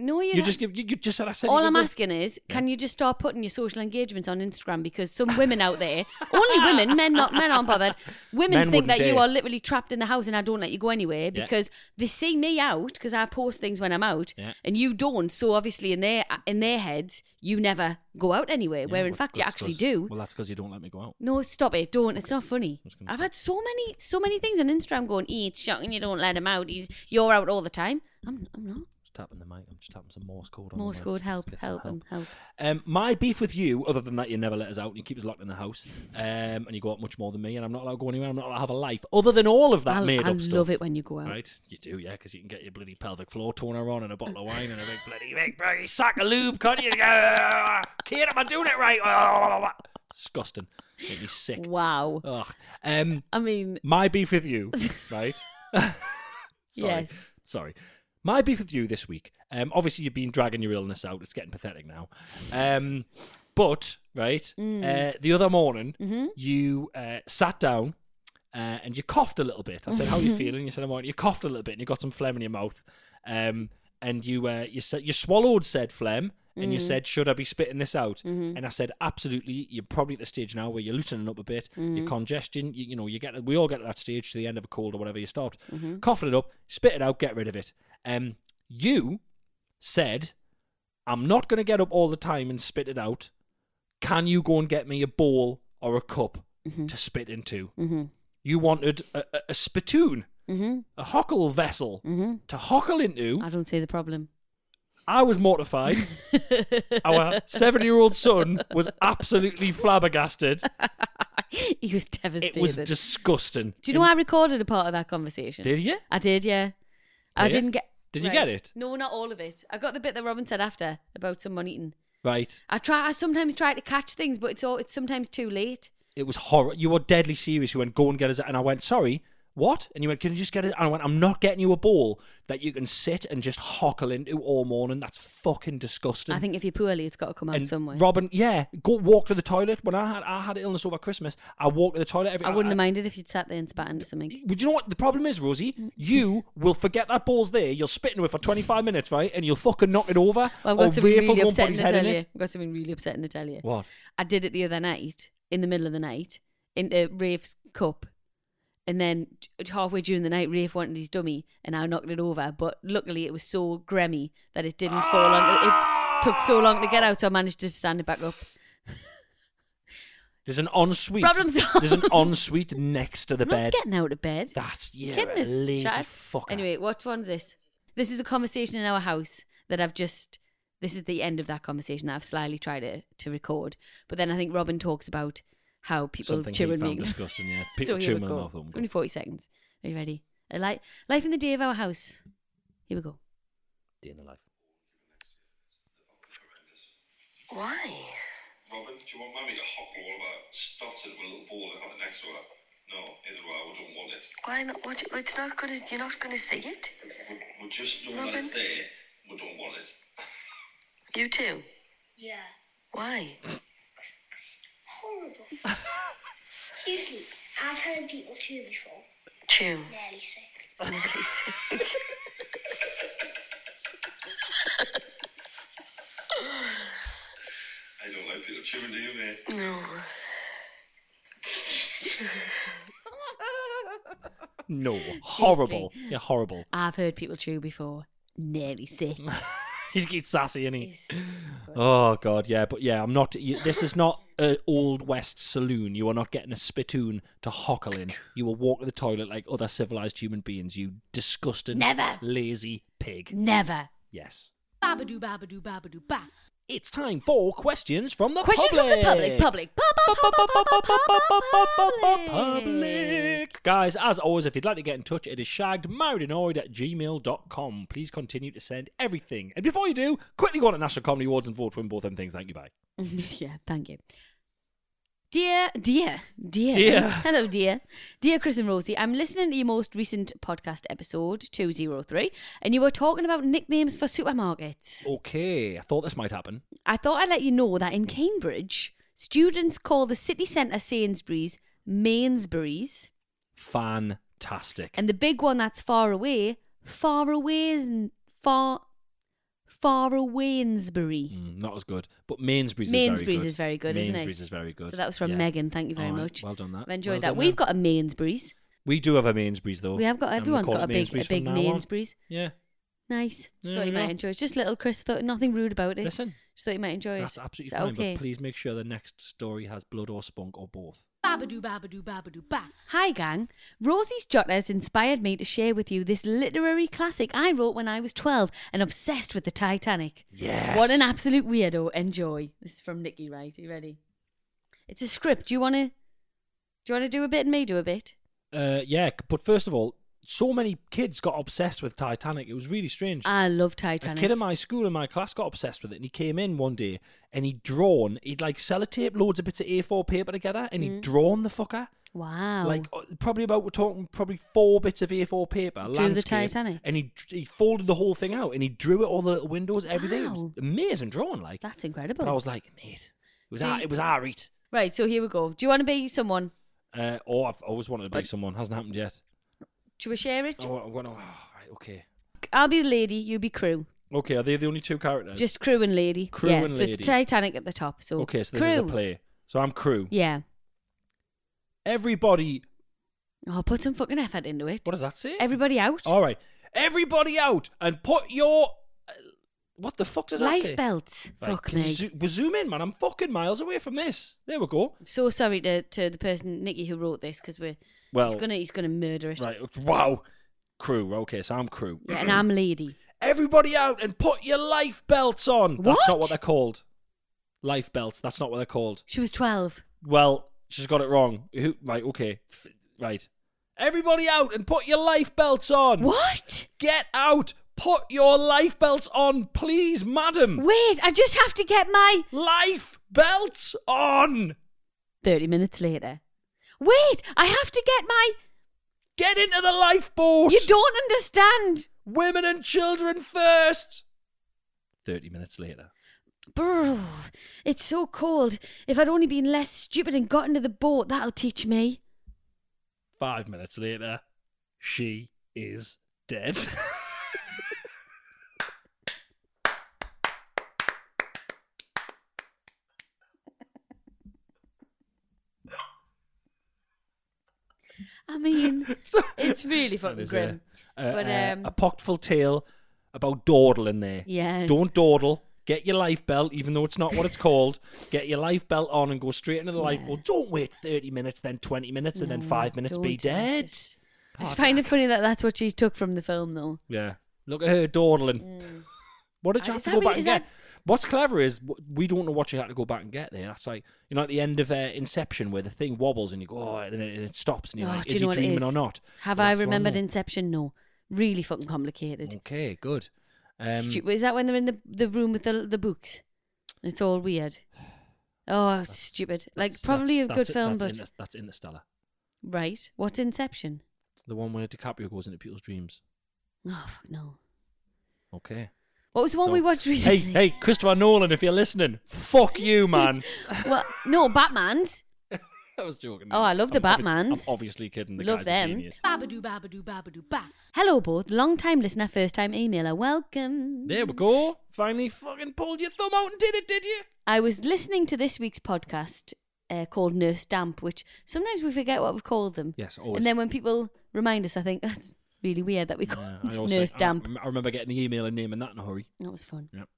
S1: No, you're
S2: You
S1: not.
S2: just give- you, you just said I said. you
S1: All
S2: could
S1: I'm
S2: go.
S1: asking is, can you just start putting your social engagements on Instagram? Because some women out there, only women, men not men aren't bothered. Women
S2: Men
S1: think
S2: wouldn't
S1: that you
S2: dare.
S1: are literally trapped in the house and I don't let you go anywhere
S2: Yeah.
S1: because they see me out because I post things when I'm out
S2: Yeah.
S1: and you don't. So obviously in their in their heads, you never go out anywhere.
S2: Yeah,
S1: where in
S2: but
S1: fact you
S2: 'cause-
S1: actually
S2: 'cause-
S1: do.
S2: Well, that's because you don't let me go out.
S1: no, stop it! Don't. It's not funny.
S2: Just gonna-
S1: I've had so many, so many things on Instagram going. "Eh, It's shocking you don't let him out. He's you're out all the time. I'm, I'm not.
S2: Just tapping the mic. I'm just tapping some Morse code. on the
S1: Morse
S2: mic.
S1: code,
S2: Just
S1: help,
S2: get some
S1: help, help, help.
S2: Um, my beef with you, other than that, you never let us out and you keep us locked in the house, um, and you go out much more than me, and I'm not allowed to go anywhere. I'm not allowed to have a life. Other than all of that
S1: I-
S2: made
S1: I
S2: up stuff.
S1: love it when you go out.
S2: Right, you do, yeah, because you can get your bloody pelvic floor toner on and a bottle of wine and a big bloody big bloody sack of lube, can't you? Ah, Kid, am I doing it right? Disgusting. Make me sick.
S1: Wow.
S2: Ugh. Um,
S1: I mean,
S2: my beef with you, right? Sorry.
S1: Yes.
S2: Sorry. My beef with you this week. Um, obviously, you've been dragging your illness out. It's getting pathetic now. Um, but right, uh, the other morning, you uh, sat down uh, and you coughed a little bit. I said, "How are you feeling?" You said, "I'm all right." You coughed a little bit, and you got some phlegm in your mouth. Um, and you uh, you said you swallowed said phlegm, and you said, "Should I be spitting this out?" And I said, "Absolutely." You're probably at the stage now where you're loosening up a bit. Your congestion, you, you know, you get. We all get to that stage to the end of a cold or whatever. You stopped coughing it up, spit it out, get rid of it. Um, you said, "I'm not going to get up all the time and spit it out. Can you go and get me a bowl or a cup
S1: Mm-hmm.
S2: to spit into?" You wanted a, a, a spittoon,
S1: Mm-hmm.
S2: a hockle vessel to hockle into.
S1: I don't see the problem.
S2: I was mortified. Our seven year old son was absolutely flabbergasted.
S1: he was devastated.
S2: It was disgusting.
S1: Do you know I recorded a part of that conversation?
S2: Did you?
S1: I did, yeah. I
S2: Did you?
S1: didn't get.
S2: Did you get it?
S1: No, not all of it. I got the bit that Robin said after about someone eating.
S2: Right.
S1: I try. I sometimes try to catch things, but it's all. It's sometimes too late.
S2: It was horror. You were deadly serious. You went, go and get us. And I went, sorry, what? And he went, can you just get it? And I went, I'm not getting you a ball that you can sit and just hockle into all morning. That's fucking disgusting.
S1: I think if you're poorly, it's got to come out
S2: and
S1: somewhere.
S2: Robin, yeah, go walk to the toilet. When I had I had illness over Christmas, I walked to the toilet every.
S1: I wouldn't have minded if you'd sat there and spat into something.
S2: But you know what the problem is, Rosie? You will forget that ball's there. You'll spit into it for 25 minutes, right? And you'll fucking knock it over.
S1: Well, I've
S2: or
S1: got something
S2: raffle
S1: really
S2: Oh, one
S1: upsetting
S2: buddy's
S1: to
S2: head in
S1: tell you.
S2: it.
S1: I've got something really upsetting to tell you.
S2: What?
S1: I did it the other night in the middle of the night into Rafe's cup. And then t- halfway during the night, Rafe wanted his dummy, and I knocked it over. But luckily, it was so gremmy that it didn't fall on. It took so long to get out, so I managed to stand it back up.
S2: There's an ensuite.
S1: Problem solved.
S2: There's an ensuite next to the
S1: I'm
S2: bed.
S1: not getting out of bed.
S2: That's yeah,
S1: Kidding us,
S2: lazy
S1: Shad.
S2: fucker.
S1: Anyway, what one's this? This is a conversation in our house that I've just. This is the end of that conversation that I've slyly tried to, to record. But then I think Robin talks about how people
S2: Something he
S1: chew and
S2: found
S1: make-
S2: disgusting, yeah.
S1: So
S2: People
S1: here
S2: chew
S1: we
S2: my
S1: go.
S2: mouth on.
S1: It's only 40 seconds. Are you ready? A li- life in the day of our house. Here we go.
S2: Day in the life.
S5: Why? Robin, do you want Mammy to hop all about, start it with a little ball and have it next to her? No, either way, we don't want it.
S3: Why not? What, it's not gonna. You're not gonna see it.
S5: We, we just know that it's there, we don't want it.
S3: You too.
S5: Yeah.
S3: Why?
S5: Horrible.
S3: Seriously, I've heard people chew before.
S5: Chew.
S3: Nearly sick.
S5: Nearly sick. I don't like people chewing, do you, mate?
S3: No.
S2: No, horrible. Yeah, horrible.
S1: I've heard people chew before. Nearly sick.
S2: He's getting sassy, isn't he? Oh god, yeah, but yeah, I'm not. You, this is not an old west saloon. You are not getting a spittoon to hockle in. You will walk to the toilet like other civilized human beings. You disgusting,
S1: Never.
S2: lazy pig.
S1: Never.
S2: Yes.
S1: Babadoo, babadoo, babadoo, ba.
S2: It's time for questions from the
S1: Question from
S2: public.
S1: the public. Public. Ba- ba- ba- ba- ba- ba- ba- ba- public.
S2: Public. Guys, as always, if you'd like to get in touch, it is shaggedmarriedanoid at gmail.com. Please continue to send everything. And before you do, quickly go on to National Comedy Awards and vote for win both them things. Thank you, bye.
S1: yeah, thank you. Dear, dear, dear,
S2: Dear.
S1: hello, dear, dear Chris and Rosie. I'm listening to your most recent podcast episode, 203, and you were talking about nicknames for supermarkets.
S2: Okay, I thought this might happen.
S1: I thought I'd let you know that in Cambridge, students call the city centre Sainsbury's Mainsbury's,
S2: Fantastic.
S1: and the big one that's far away, far away is n- far, far awaynsbury.
S2: Mm, not as good, but Mainsbury's,
S1: Mainsbury's
S2: is
S1: is very good, isn't it?
S2: Mainsbury's is very good.
S1: So that was from
S2: Yeah.
S1: Megan. Thank you very
S2: All right,
S1: much.
S2: Well done Mm, that.
S1: I've enjoyed
S2: Well
S1: that.
S2: done
S1: We've
S2: that.
S1: got a Mainsbury's.
S2: We do have a Mainsbury's though.
S1: We have got
S2: and
S1: everyone's
S2: call
S1: got
S2: it
S1: a big, a
S2: Mainsbury's from
S1: big
S2: now on.
S1: Mainsbury's.
S2: Yeah.
S1: Nice. Just
S2: Yeah,
S1: thought you
S2: you
S1: might
S2: know.
S1: enjoy it. Just little Chris thought nothing rude about it.
S2: Listen,
S1: Just thought you might enjoy it.
S2: that's absolutely
S1: Is that
S2: fine,
S1: okay?
S2: but please make sure the next story has blood or spunk or both.
S1: Babadoo, babadoo, babadoo, ba. Hi, gang. Rosie's Jotters inspired me to share with you this literary classic I wrote when I was 12 and obsessed with the Titanic.
S2: Yes.
S1: What an absolute weirdo. Enjoy. This is from Nikki, right? Are you ready? It's a script. Do you want to do you want to do a bit and me do a bit?
S2: Uh, yeah, c- but first of all, so many kids got obsessed with Titanic. It was really strange.
S1: I love
S2: A
S1: Ah, Titanic.
S2: kid in my school in my class got obsessed with it, and he came in one day and he'd drawn, he'd like sellotape loads of bits of A4 paper together, and
S1: Mm.
S2: he'd drawn the fucker.
S1: wow.
S2: Like uh, probably about we're talking probably four bits of A4 paper.
S1: Drew the
S2: landscape,
S1: Titanic.
S2: and he he folded the whole thing out, and he drew it all the little windows, everything. It
S1: Wow.
S2: was amazing drawing, like.
S1: That's
S2: But I
S1: incredible.
S2: was like, mate, it was
S1: Do
S2: our,
S1: you-
S2: it was our eat.
S1: Right, so here we go. Do you want to be someone?
S2: Uh, oh, I've always wanted to be
S1: Like-
S2: someone. Hasn't happened yet.
S1: Should we share it?
S2: Oh, I'm gonna. Oh, right, okay.
S1: I'll be the lady, you be crew.
S2: Okay, are they the only two characters?
S1: Just crew and lady.
S2: Crew
S1: yeah,
S2: and
S1: so it's
S2: lady.
S1: Titanic at the top. So
S2: okay. So this
S1: crew.
S2: is a play. So I'm crew.
S1: Yeah.
S2: Everybody.
S1: Oh, put some fucking effort into it.
S2: What does that say?
S1: Everybody out.
S2: All right. Everybody out and put your. uh, What the fuck does that
S1: Life
S2: say?
S1: belts.
S2: Right,
S1: Fuck me.
S2: zo- we're zoom in, man. I'm fucking miles away from this. There we go.
S1: so sorry to, to the person Nikki who wrote this because we're
S2: Well,
S1: he's gonna he's gonna murder it.
S2: right. Wow. Crew. Okay, so I'm crew.
S1: Yeah, and I'm lady.
S2: Everybody out and put your life belts on. That's
S1: What?
S2: not what they're called. Life belts. That's not what they're called.
S1: She was twelve.
S2: Well, she's got it wrong. Who, right, okay. F- right. Everybody out and put your life belts on.
S1: What?
S2: Get out. Put your life belts on, please, madam.
S1: Wait, I just have to get my
S2: life belts on.
S1: thirty minutes later. Wait, I have to get my
S2: Get into the lifeboat.
S1: You don't understand.
S2: Women and children first. Thirty minutes later.
S1: Brr, it's so cold. If I'd only been less stupid and got into the boat, that'll teach me.
S2: Five minutes later, she is dead.
S1: I mean, it's really fucking
S2: There's
S1: grim.
S2: A, a,
S1: But,
S2: a-
S1: um,
S2: a pockful tale about dawdling there.
S1: Yeah.
S2: Don't dawdle. Get your life belt, even though it's not what it's called. Get your life belt on and go straight into the lifeboat. Don't wait 30 minutes, then 20 minutes, and then five minutes. Be
S1: don't.
S2: dead.
S1: I just find it funny that that's what she's took from the film, though.
S2: Yeah. Look at her dawdling. What did you
S1: Uh,
S2: have
S1: is
S2: to
S1: that
S2: go
S1: re-
S2: back and
S1: is
S2: get?
S1: that-
S2: What's clever is w- we don't know what you had to go back and get there. That's like you know at the end of uh, Inception where the thing wobbles and you go oh, and, then it stops and you're
S1: Oh,
S2: like,
S1: do you
S2: is
S1: know
S2: he
S1: what it
S2: dreaming
S1: is?
S2: or not?
S1: Have
S2: Well,
S1: I
S2: that's one
S1: remembered
S2: there.
S1: Inception? No. Really fucking complicated.
S2: Okay, good. Um,
S1: Stu- is that when they're in the, the room with the the books? It's all weird. Oh, stupid. Like,
S2: that's-
S1: probably
S2: that's-
S1: a
S2: that's
S1: good
S2: it-
S1: film,
S2: that's
S1: but.
S2: Inter- that's Interstellar,
S1: Right. What's Inception?
S2: the one where DiCaprio goes into people's dreams.
S1: Oh, fuck no.
S2: Okay.
S1: What was the one
S2: So-
S1: we watched
S2: Hey,
S1: recently?
S2: hey, Christopher Nolan, if you're listening, fuck you, man.
S1: Well, no, Batman's.
S2: I was joking.
S1: Oh, I love the
S2: I'm obvi-
S1: Batmans.
S2: I'm obviously kidding. The
S1: Love
S2: guy's a
S1: them.
S2: genius.
S3: Babadoo, babadoo, babadoo, ba.
S1: Hello, both. Long time listener, first time emailer. Welcome.
S2: There we go. Finally, fucking pulled your thumb out and did it, did you?
S1: I was listening to this week's podcast uh, called Nurse Damp, which sometimes we forget what we've called them.
S2: Yes, always.
S1: And then when people remind us, I think that's really weird that we call
S2: Yeah, I
S1: it
S2: also-
S1: Nurse
S2: I-
S1: Damp.
S2: I remember getting the email and naming that in a hurry.
S1: That was fun.
S2: Yep.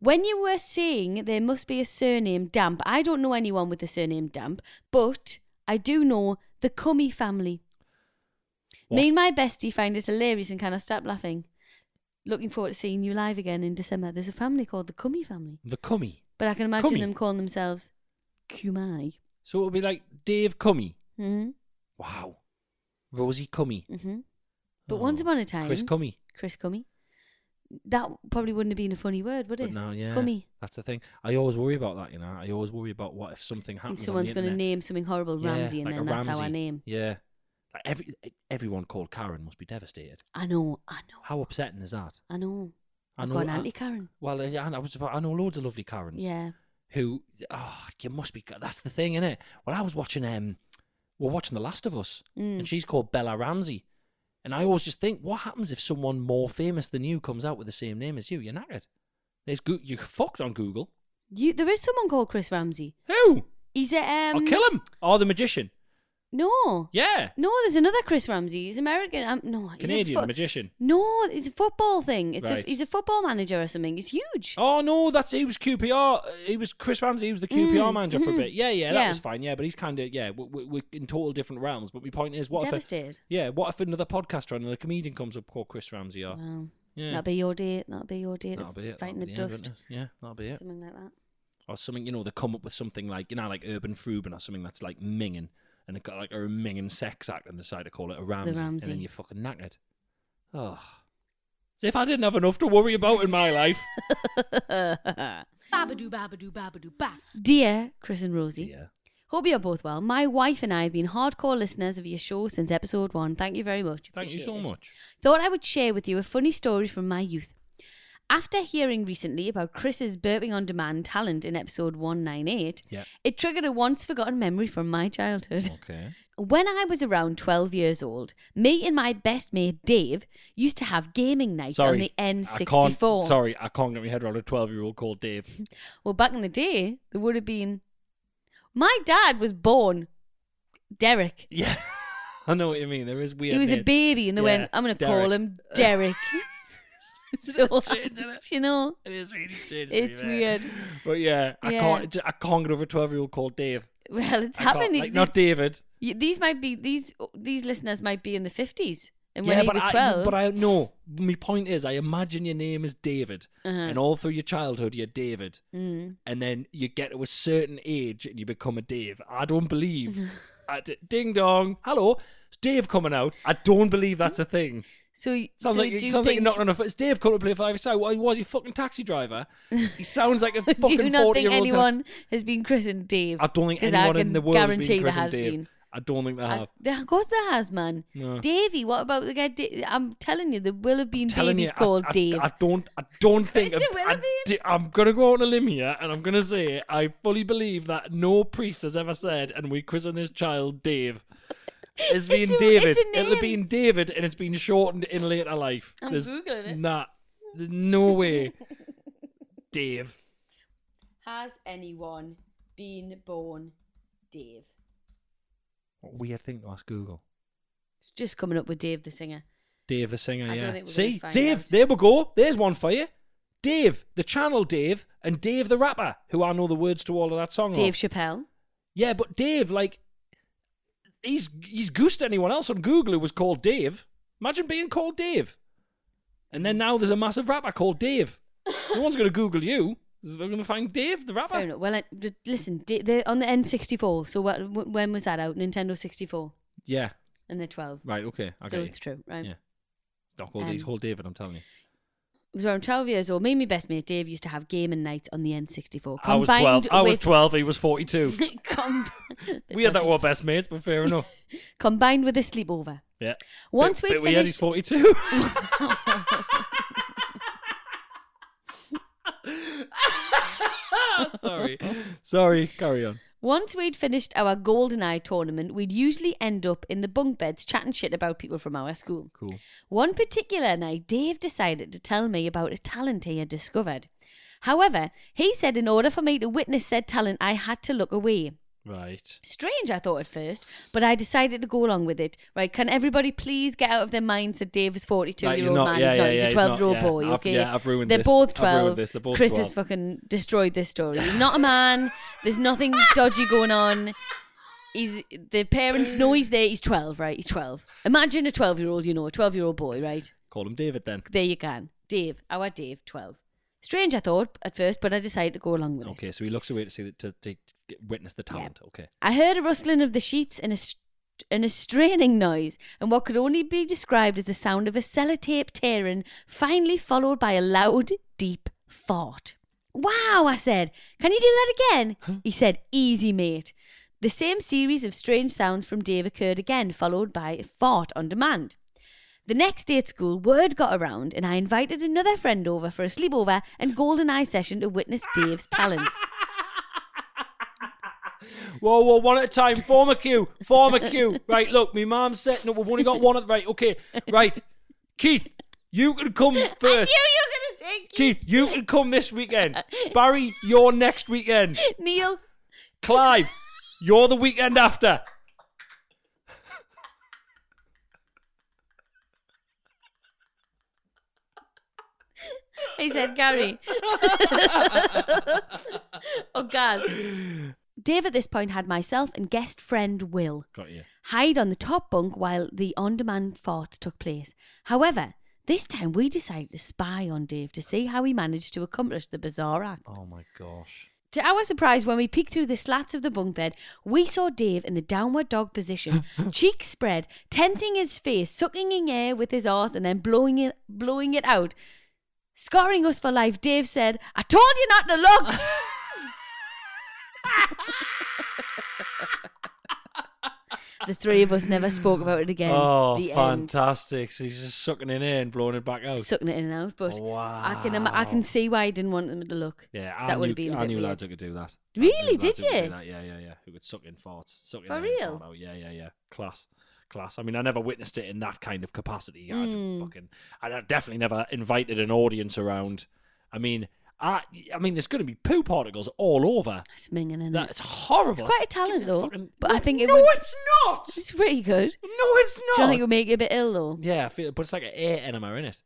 S1: When you were saying there must be a surname Damp, I don't know anyone with the surname Damp, but I do know the Cummy family. Me and my bestie find it hilarious and cannot stop laughing. Looking forward to seeing you live again in December. There's a family called the Cummy family,
S2: The Cummy.
S1: but I can imagine
S2: Cummy?
S1: them calling themselves Cummy.
S2: So it'll be like Dave Cummy.
S1: hmm
S2: Wow. Rosie Cummy.
S1: hmm But once
S2: Oh.
S1: upon a time,
S2: Chris Cummy.
S1: Chris Cummy. That probably wouldn't have been a funny word, would
S2: But
S1: it?
S2: no, yeah.
S1: Cummy.
S2: That's the thing. I always worry about that, you know. I always worry about what if something
S1: I think
S2: happens. on
S1: someone's
S2: the
S1: going to
S2: internet.
S1: name something horrible
S2: Yeah,
S1: Ramsey, and
S2: like
S1: then
S2: a
S1: that's how I
S2: Ramsey.
S1: name.
S2: Yeah. Like every e, everyone called Karen must be devastated.
S1: I know, I know,
S2: How upsetting is that?
S1: I know.
S2: I
S1: I've
S2: know-
S1: got an
S2: I-
S1: auntie Karen.
S2: Well, I, I was about, I know loads of lovely Karens.
S1: Yeah.
S2: who oh you must be that's the thing innit? well i was watching um we're watching the last of us
S1: Mm.
S2: and she's called bella ramsey and i always just think what happens if someone more famous than you comes out with the same name as you you're knackered there's go- you fucked on google
S1: You, there is someone called Chris Ramsey.
S2: who
S1: He's a um.
S2: i'll kill him oh the magician
S1: No.
S2: yeah
S1: No, there's another Chris Ramsey. He's American. Um, no, he's a
S2: canadian
S1: fo-
S2: magician
S1: No, it's a football thing. It's
S2: Right.
S1: a, he's a football manager or something. He's huge.
S2: Oh no, that's he was QPR. uh, He was Chris Ramsey. He was the QPR
S1: Mm,
S2: manager for a
S1: mhm.
S2: bit. Yeah, yeah, that
S1: Yeah.
S2: was fine. Yeah, but he's kind of yeah, we- we- we're in total different realms. But my point is, what if a-
S1: Devastated.
S2: Yeah, what if another podcaster and another comedian comes up called Chris Ramsey? Or,
S1: Well,
S2: yeah,
S1: That'll be your day. That'll be your day.
S2: That'll
S1: of
S2: be it.
S1: Uh, Fighting the,
S2: That'll be end,
S1: dust.
S2: won't it? yeah, that'll be it.
S1: Something like that.
S2: Or something, you know, they come up with something like, you know, like Urban Frubin or something that's like minging. And they've got like a minging sex act and decide to call it a Ramsey. And
S1: Ramsey.
S2: then you're fucking knackered. Oh. As if I didn't have enough to worry about in my life.
S3: Babadoo, babadoo, babadoo, ba.
S1: Dear Chris and Rosie.
S2: yeah.
S1: Hope you're both well. My wife and I have been hardcore listeners of your show since episode one. Thank you very much.
S2: Thank you
S1: Appreciate
S2: so
S1: it.
S2: much.
S1: Thought I would share with you a funny story from my youth. After hearing recently about Chris's burping on demand talent in episode 198,
S2: Yeah.
S1: it triggered a once forgotten memory from my childhood.
S2: Okay.
S1: When I was around 12 years old, me and my best mate Dave used to have gaming nights
S2: Sorry.
S1: on the
S2: I can't-
S1: N64.
S2: sorry, I can't get my head around a 12 year old called Dave.
S1: Well, back in the day, there would have been. My dad was born Derek.
S2: yeah. I know what you mean. There is weird.
S1: he was a
S2: names.
S1: baby, and they
S2: Yeah,
S1: went, "I'm going to
S2: Derek.
S1: call him Derek." so,
S2: strange, isn't it?
S1: you know,
S2: It is really strange. to be
S1: it's
S2: fair.
S1: weird.
S2: But yeah, I
S1: Yeah.
S2: can't. I can't get over a twelve-year-old called Dave.
S1: Well, it's
S2: I can't-
S1: happened.
S2: Like, not David.
S1: You- These might be these these listeners might be in the fifties, and when
S2: yeah,
S1: he
S2: but
S1: was
S2: I,
S1: twelve,
S2: But I know. My point is, I imagine your name is David, and all through your childhood, you're David,
S1: Uh-huh. Mm.
S2: and then you get to a certain age and you become a Dave. I don't believe. I d- ding dong. Hello, it's Dave coming out. I don't believe that's a thing.
S1: so y-
S2: Sounds
S1: so
S2: like
S1: do
S2: you-
S1: you
S2: sounds like you're
S1: think-
S2: not on a. It's Dave coming to play five side. What he was he fucking taxi driver? He sounds like a
S1: do
S2: fucking
S1: you not
S2: forty
S1: think
S2: year old.
S1: anyone has been christened Dave?
S2: I don't think
S1: 'Cause
S2: anyone
S1: I
S2: in
S1: can
S2: the world has been
S1: guarantee there
S2: christened
S1: has
S2: Dave.
S1: been.
S2: I don't think they have.
S1: There goes the house man.
S2: No.
S1: Davy, what about the guy? Da- I'm telling you, there will have been
S2: telling
S1: babies
S2: you, I-
S1: called
S2: I,
S1: Dave.
S2: I, don't, I don't think.
S1: Is it
S2: I,
S1: Willoughby?
S2: am gonna go out on a limb here, and I'm gonna say I fully believe that no priest has ever said, "And we christen this child Dave." It's been
S1: a-
S2: David.
S1: it's a
S2: It'll have
S1: name.
S2: been David, and it's been shortened in later life.
S1: I'm
S2: there's,
S1: Googling it.
S2: Nah, there's no way. Dave.
S1: Has anyone been born Dave?
S2: What a weird thing to ask Google.
S1: It's just coming up with Dave the singer.
S2: Dave the singer.
S1: I
S2: yeah.
S1: don't think we're gonna
S2: See,
S1: find
S2: Dave.
S1: out.
S2: There we go. There's one for you. Dave, the channel Dave, and Dave the rapper, who I know the words to all of that song.
S1: Dave
S2: of.
S1: Chappelle.
S2: Yeah, but Dave, like, he's he's goosed anyone else on Google who was called Dave. Imagine being called Dave. And then now there's a massive rapper called Dave. No one's going to Google you. They're going to find Dave, the
S1: Fair
S2: rapper.
S1: enough. Well, I, d- listen, Da- they're on the N64. So what, wh- when was that out? Nintendo 64.
S2: Yeah.
S1: And they're 12.
S2: Right. Okay. I
S1: so
S2: get
S1: it's true, right?
S2: Yeah. Not called,
S1: Um,
S2: he's called David. I'm telling you.
S1: It was around 12 years old. Me and my best mate Dave used to have gaming nights on the N64.
S2: I was
S1: combined
S2: twelve. I was
S1: with-
S2: twelve. He was forty-two.
S1: Com-
S2: we had that
S1: Dodgy.
S2: one best mates, but fair enough.
S1: Combined with a sleepover.
S2: Yeah.
S1: Once
S2: Bit-
S1: we'd
S2: bit weird, he's
S1: finished-
S2: forty-two. Sorry. Sorry. Carry on.
S1: Once we'd finished our GoldenEye tournament, we'd usually end up in the bunk beds chatting shit about people from our school.
S2: Cool.
S1: One particular night, Dave decided to tell me about a talent he had discovered. However, he said in order for me to witness said talent, I had to look away.
S2: Right.
S1: Strange, I thought at first, but I decided to go along with it. Right? Can everybody please get out of their minds that Dave is forty-two
S2: Right,
S1: year
S2: he's
S1: old
S2: not-
S1: man?
S2: yeah,
S1: he's not.
S2: yeah,
S1: he's
S2: yeah,
S1: a
S2: he's
S1: twelve year old
S2: not, yeah.
S1: boy.
S2: I've-
S1: okay.
S2: yeah, I've ruined
S1: They're
S2: this.
S1: both
S2: I've ruined
S1: twelve.
S2: this. They're both
S1: Chris
S2: 12.
S1: has fucking destroyed this story. He's not a man. There's nothing dodgy going on. He's the parents know he's there. He's twelve, right? He's twelve. Imagine a twelve-year-old, you know, a twelve-year-old boy, right?
S2: Call him David then.
S1: There you can. Dave, our Dave, twelve. Strange, I thought at first, but I decided to go along with it.
S2: Okay, so he looks away to see that to, to get- witness the talent. Okay,
S1: I heard a rustling of the sheets and a, st- and a straining noise, and what could only be described as the sound of a sellotape tearing, finally followed by a loud, deep fart. Wow, I said. Can you do that again? he said, Easy, mate. The same series of strange sounds from Dave occurred again, followed by a fart on demand. The next day at school, word got around, and I invited another friend over for a sleepover and golden eye session to witness Dave's talents.
S2: whoa, whoa, one at a time. Form a queue. Form a queue. Right, look, me mum's setting up. We've only got one at right. Okay, right, Keith, you can come
S1: I knew
S2: first.
S1: you were going to say Keith.
S2: Keith, you can come this weekend. Barry, you're next weekend.
S1: Neil,
S2: Clive, you're the weekend after.
S1: He said, Gary. oh, Gaz. Dave at this point had myself and guest friend Will
S2: Got you.
S1: hide on the top bunk while the on demand fart took place. However, this time we decided to spy on Dave to see how he managed to accomplish the bizarre act.
S2: Oh my gosh.
S1: To our surprise, when we peeked through the slats of the bunk bed, we saw Dave in the downward dog position, cheeks spread, tensing his face, sucking in air with his arse, and then blowing it, blowing it out. Scarring us for life, Dave said, I told you not to look! the three of us never spoke about it again.
S2: oh,
S1: the end.
S2: fantastic! So he's just sucking it in, blowing it back out.
S1: Sucking it in and out, but I can ima- I
S2: Wow.
S1: can see why he didn't want them to look.
S2: yeah,
S1: 'cause
S2: I
S1: that would
S2: knew,
S1: have been a
S2: I
S1: bit
S2: knew
S1: weird.
S2: lads who could do that.
S1: Really?
S2: I knew lads
S1: Did
S2: who could do
S1: you?
S2: that, Yeah, yeah, yeah. Who could suck in farts? Suck in
S1: For
S2: air and
S1: real?
S2: fart out. Yeah, yeah, yeah. Class, class. I mean, I never witnessed it in that kind of capacity. I
S1: Mm.
S2: just fucking, and I definitely never invited an audience around. I mean, I, I mean, there's going to be poo particles all over.
S1: It's minging in
S2: That's horrible.
S1: It's quite a talent,
S2: Give me
S1: though, but I think it
S2: no,
S1: would-
S2: it's not.
S1: It's pretty good.
S2: No, it's
S1: Do
S2: not.
S1: you not think it would make you a bit ill though?
S2: Yeah, I feel, but it's like an air enema in it.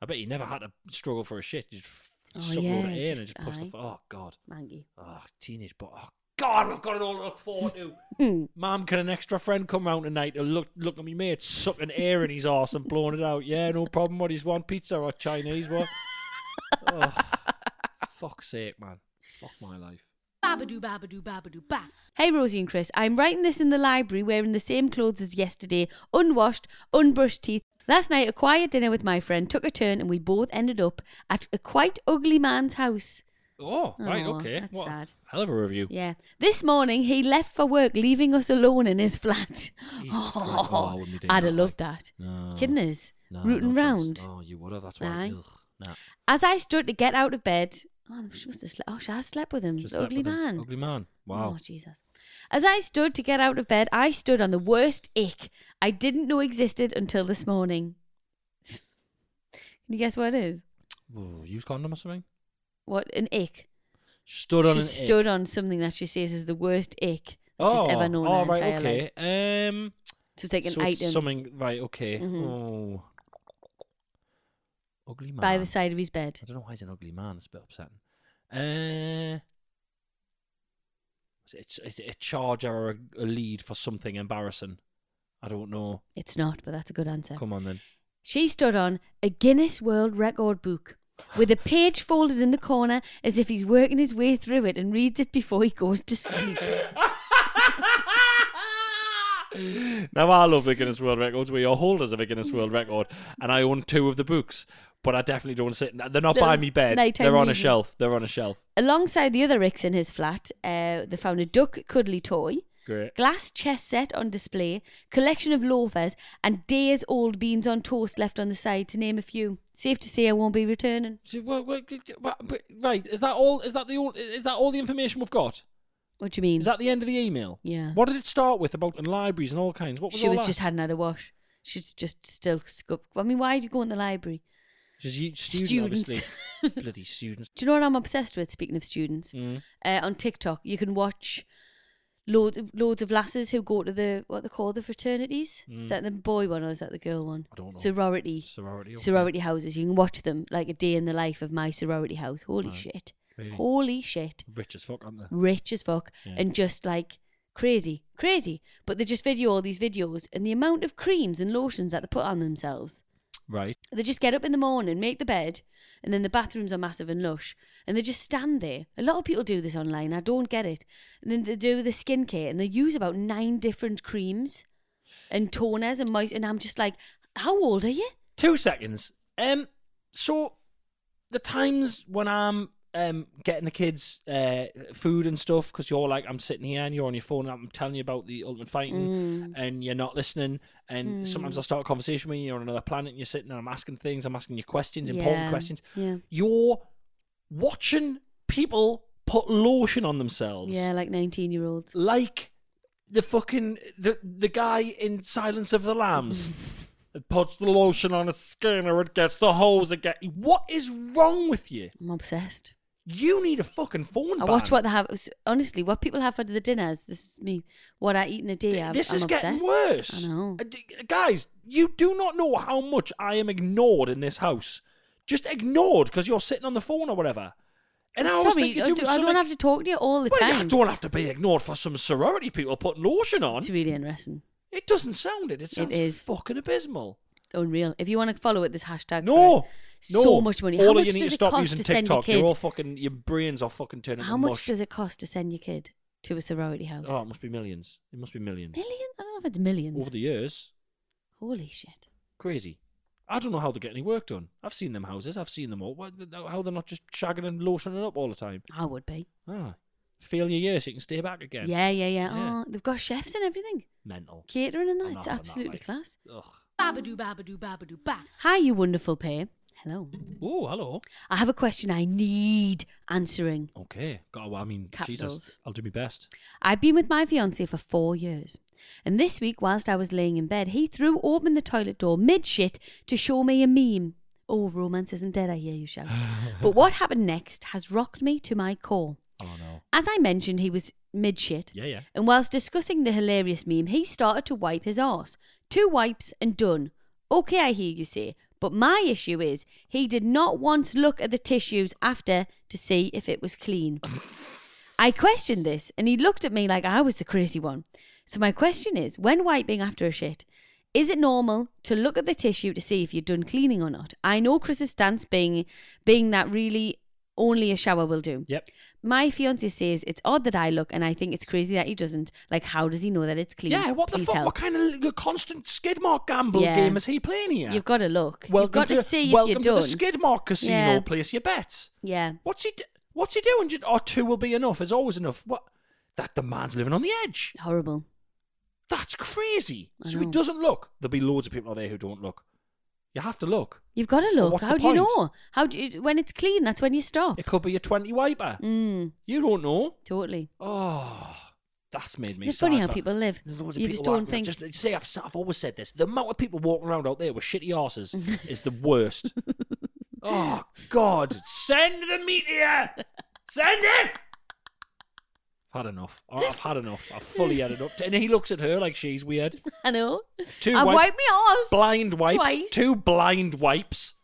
S2: I bet you never had to struggle for a shit. You just
S1: Oh,
S2: oh, suck yeah, all
S1: yeah,
S2: the air and
S1: just-
S2: just push the.
S1: aye.
S2: F- oh god.
S1: Maggie.
S2: Oh teenage, but oh god, we've got it all to look forward to.
S1: Hmm.
S2: Mom, can an extra friend come round tonight to look look at me mate sucking air in his arse and blowing it out? Yeah, no problem. What he's want pizza or Chinese? What? oh, fuck's sake, man. Fuck my life.
S1: Babadoo, babadoo, babadoo, ba. Hey, Rosie and Chris, I'm writing this in the library wearing the same clothes as yesterday, unwashed, unbrushed teeth. Last night, a quiet dinner with my friend took a turn and we both ended up at a quite ugly man's house.
S2: Oh, right,
S1: Aw,
S2: okay.
S1: that's
S2: What a
S1: sad.
S2: Hell of a review.
S1: Yeah. This morning he left for work, leaving us alone in his flat.
S2: Jesus Christ. Oh, I wouldn't be doing
S1: I'd
S2: that,
S1: have loved
S2: like.
S1: that.
S2: No.
S1: Kidding us.
S2: No,
S1: Rooting
S2: no
S1: round.
S2: chance. Oh, you would have. That's why.
S1: Aye.
S2: Ugh, nah.
S1: As I stood to get out of bed, oh, she must have slept. Oh, she has slept with him.
S2: Just
S1: the
S2: slept
S1: ugly
S2: with him.
S1: man.
S2: Ugly man. Wow.
S1: Oh, Jesus. As I stood to get out of bed, I stood on the worst ick I didn't know existed until this morning. Can you guess what it is?
S2: Ooh, use condom or something?
S1: What an ick.
S2: Stood on
S1: she
S2: an
S1: stood
S2: ick.
S1: on something that she says is the worst ick that
S2: oh,
S1: she's ever known
S2: oh,
S1: in her
S2: right,
S1: entire
S2: okay.
S1: life.
S2: Um,
S1: So it's like an
S2: so it's
S1: item
S2: something, right, okay.
S1: Mhm.
S2: Oh. Ugly man.
S1: by the side of his bed.
S2: I don't know why he's an ugly man. It's a bit upsetting. Uh, is it, is it a charge or a, a lead for something embarrassing? I don't know.
S1: It's not, but that's a good answer.
S2: Come on then.
S1: She stood on a Guinness World Record book with a page folded in the corner as if he's working his way through it and reads it before he goes to sleep.
S2: Now I love the Guinness World Records. We are holders of a Guinness World Record, and I own two of the books. But I definitely don't sit. They're not
S1: Little
S2: by me bed.
S1: nighttime
S2: They're on a
S1: reading.
S2: shelf. They're on a shelf.
S1: Alongside the other ricks in his flat, uh, they found a duck cuddly toy,
S2: Great.
S1: glass chess set on display, collection of loafers, and days old beans on toast left on the side, to name a few. Safe to say I won't be returning.
S2: Well, well, well, but- Right? Is that all? Is that the all? Is that all the information we've got?
S1: What do you mean?
S2: Is that the end of the email?
S1: Yeah.
S2: What did it start with about and libraries and all kinds? What was
S1: she
S2: all
S1: was
S2: that?
S1: just hadn't had a wash. She's just still scup. I mean, why do you go in the library?
S2: Just you- student,
S1: Students.
S2: obviously. Bloody students.
S1: Do you know what I'm obsessed with? Speaking of students,
S2: Mm.
S1: uh, on TikTok you can watch load, loads of lasses who go to the what they call the fraternities. Is that the boy one or is that the girl one?
S2: Mm. I don't know.
S1: Sorority.
S2: Sorority. okay.
S1: sorority houses. You can watch them like a day in the life of my sorority house. Holy
S2: Right.
S1: shit.
S2: Really?
S1: Holy shit.
S2: Rich as fuck, aren't they?
S1: Rich as fuck
S2: Yeah.
S1: and just like crazy, crazy. But they just video all these videos and the amount of creams and lotions that they put on themselves.
S2: Right.
S1: They just get up in the morning, make the bed, and then the bathrooms are massive and lush, and they just stand there. A lot of people do this online. I don't get it. And then they do the skincare, and they use about nine different creams and toners and moist. And I'm just like, how old are you?
S2: Two seconds. Um. So, the times when I'm um getting the kids uh food and stuff because you're like I'm sitting here and you're on your phone and I'm telling you about the ultimate
S1: Mm.
S2: fighting and you're not listening and sometimes I start a conversation with you you're on another planet and you're sitting and I'm asking things I'm asking you questions important
S1: Yeah,
S2: questions
S1: yeah.
S2: you're watching people put lotion on themselves
S1: Yeah, like 19 year olds.
S2: like the fucking the the guy in Silence of the Lambs. It puts the lotion on its skin or it gets the hose again. What is wrong with you?
S1: I'm obsessed.
S2: You need a fucking phone
S1: I
S2: ban.
S1: watch what they have. Honestly, what people have for the dinners. This is me. What I eat in a day.
S2: Th-
S1: I'm,
S2: This
S1: I'm
S2: is
S1: obsessed.
S2: getting worse.
S1: I know.
S2: Uh, d- Guys, you do not know how much I am ignored in this house. Just ignored because you're sitting on the phone or whatever. And I always
S1: Sorry,
S2: think you're
S1: I,
S2: doing
S1: do, I
S2: something-
S1: don't have to talk to you all the
S2: Well, yeah, I
S1: time.
S2: don't have to be ignored for some sorority people putting lotion on.
S1: It's really interesting.
S2: It doesn't sound it.
S1: It
S2: It sounds
S1: is.
S2: fucking abysmal.
S1: Unreal. If you want to follow it, this hashtag.
S2: No, no.
S1: So much money.
S2: All
S1: How
S2: that
S1: much
S2: you need
S1: does it
S2: to stop
S1: cost
S2: using
S1: to send your
S2: TikTok.
S1: kid?
S2: You're all fucking. Your brains are fucking turning.
S1: How
S2: to
S1: much
S2: mush.
S1: does it cost to send your kid to a sorority house?
S2: Oh, it must be millions. It must be millions.
S1: Million? I don't know if it's millions.
S2: Over the years,
S1: Holy shit.
S2: crazy. I don't know how they get any work done. I've seen them houses. I've seen them all. What- How they're not just shagging and lotioning up all the time.
S1: I would be.
S2: Ah, fail your year so you can stay back again.
S1: Yeah, yeah, yeah.
S2: Yeah. Oh,
S1: Oh, they've got chefs and everything.
S2: Mental.
S1: Catering and that.
S2: I'm
S1: It's
S2: not having that,
S1: absolutely
S2: like.
S1: class.
S2: Ugh.
S3: Babadoo, babadoo, babadoo, ba.
S1: Hi, you wonderful pair. Hello.
S2: Oh, hello.
S1: I have a question I need answering.
S2: Okay. God, well, I mean, Jesus,
S1: Capitals.
S2: I'll do my best.
S1: I've been with my fiance for four years. And this week, whilst I was laying in bed, he threw open the toilet door mid shit to show me a meme. Oh, romance isn't dead, I hear you shout. but what happened next has rocked me to my core.
S2: Oh no.
S1: As I mentioned, he was mid shit.
S2: Yeah, yeah.
S1: And whilst discussing the hilarious meme, he started to wipe his arse. Two wipes and done. Okay, I hear you say, but my issue is he did not once look at the tissues after to see if it was clean. I questioned this, and he looked at me like I was the crazy one. So my question is, when wiping after a shit, is it normal to look at the tissue to see if you're done cleaning or not? I know Chris's stance being being that really only a shower will do.
S2: Yep.
S1: My fiance says it's odd that I look, and I think it's crazy that he doesn't. Like, how does he know that it's clean?
S2: Yeah. What the
S1: Please
S2: fuck?
S1: help.
S2: What kind of l- constant skid mark gamble
S1: Yeah.
S2: game is he playing here?
S1: You've got to look.
S2: Welcome
S1: You've got to, see if
S2: welcome
S1: you're
S2: to
S1: done.
S2: the Skidmark Casino.
S1: Yeah.
S2: Place your bets.
S1: yeah.
S2: What's he? Do- What's he doing? Just, oh, two will be enough. There's always enough. What? That the man's living on the edge.
S1: Horrible.
S2: That's crazy.
S1: I
S2: so he
S1: know.
S2: doesn't look. There'll be loads of people out there who don't look. You have to look.
S1: You've got to
S2: Well,
S1: look.
S2: what's
S1: How
S2: the
S1: do you
S2: point?
S1: know? How do you, when it's clean? That's when you stop.
S2: It could be your 20 wiper.
S1: Oh. Mm,
S2: You don't know.
S1: totally.
S2: Oh, that's made me
S1: It's
S2: sad
S1: funny how
S2: for-
S1: people live.
S2: There's loads of
S1: You
S2: people
S1: just don't
S2: out-
S1: think.
S2: Just, just say I've, s- I've always said this. The amount of people walking around out there with shitty asses is the worst. oh God! Send the meteor. Send it. I've had enough. I- I've had enough. I've fully had enough. And he looks at her like she's weird.
S1: I know.
S2: Two
S1: I
S2: wipe-
S1: wiped my arse.
S2: Blind wipes.
S1: Twice.
S2: Two blind wipes.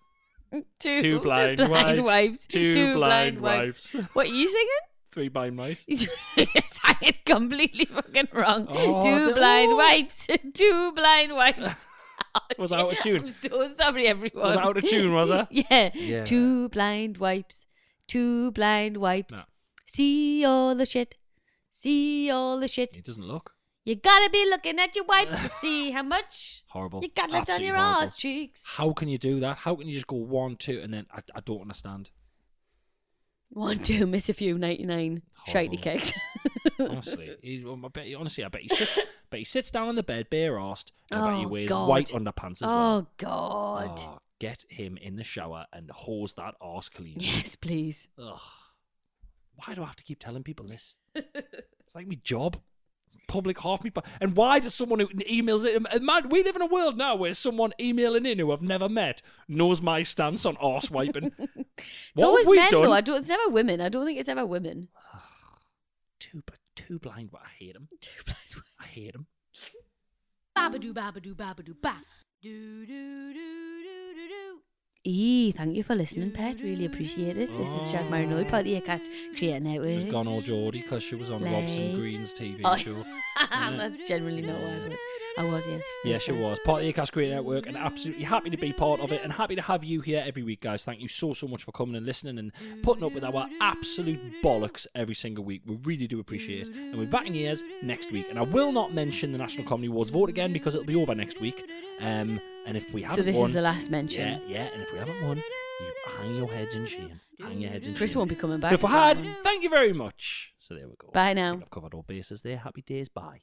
S1: two,
S2: two blind wipes. Two blind wipes.
S1: What are you singing?
S2: Three blind mice.
S1: you sang it completely fucking wrong.
S2: Oh, I
S1: two
S2: don't-
S1: blind
S2: Oh.
S1: wipes. two blind wipes.
S2: Was I out of tune?
S1: I'm so sorry, everyone.
S2: Was I out of tune, was I?
S1: yeah.
S2: Yeah.
S1: Two blind wipes. Two blind wipes.
S2: No.
S1: See all the shit. See all the shit.
S2: It doesn't look
S1: You gotta be looking at your wipes to see how much
S2: horrible.
S1: you got left on
S2: Absolutely
S1: your
S2: horrible.
S1: ass cheeks.
S2: How can you do that? How can you just go one, two, and then I, I don't understand.
S1: One, two, miss a few, 99. Shitey
S2: Horrible.
S1: cakes.
S2: Honestly, he, well, I bet, honestly, I bet he sits, but he sits down on the bed, bare arsed, and I bet he
S1: Oh,
S2: wears
S1: God.
S2: white underpants as well.
S1: Oh, God.
S2: Oh, get him in the shower and hose that arse clean.
S1: Yes, please.
S2: Ugh. Why do I have to keep telling people this? it's like my job. Public half me, and why does someone who emails it? and Man, we live in a world now where someone emailing in who I've never met knows my stance on arse wiping.
S1: It's always men, though. I don't, it's never women. I don't think it's ever women.
S2: Two, but two blind. But I hate him. Two blind. I hate him.
S3: Babadoo, babadoo, babadoo, ba. Do, do, do, do, do, do.
S1: Eee, E, thank you for listening, Pet. Really appreciate it. This is Shag Marinelli, part of the Aircast Creator Network.
S2: She's gone all Geordie because she was on Robson
S1: Like-
S2: Green's TV
S1: Oh.
S2: show.
S1: That's generally not why, but I was, yeah.
S2: Yeah, she was. Part of the Acast Creator Network and absolutely happy to be part of it and happy to have you here every week, guys. Thank you so, so much for coming and listening and putting up with our absolute bollocks every single week. We really do appreciate it. And we will be back in years next week. And I will not mention the National Comedy Awards vote again because it'll be over next week. Um, and if we haven't
S1: So this
S2: won,
S1: is the last mention.
S2: yeah, yeah, and if we haven't won, you hang your heads in shame. Hang your heads in
S1: Chris
S2: shame.
S1: won't be coming back. Um,
S2: But if I
S1: for that
S2: had,
S1: one.
S2: thank you very much. So there we go.
S1: Bye
S2: I think
S1: now.
S2: I've covered all bases there. Happy days. Bye.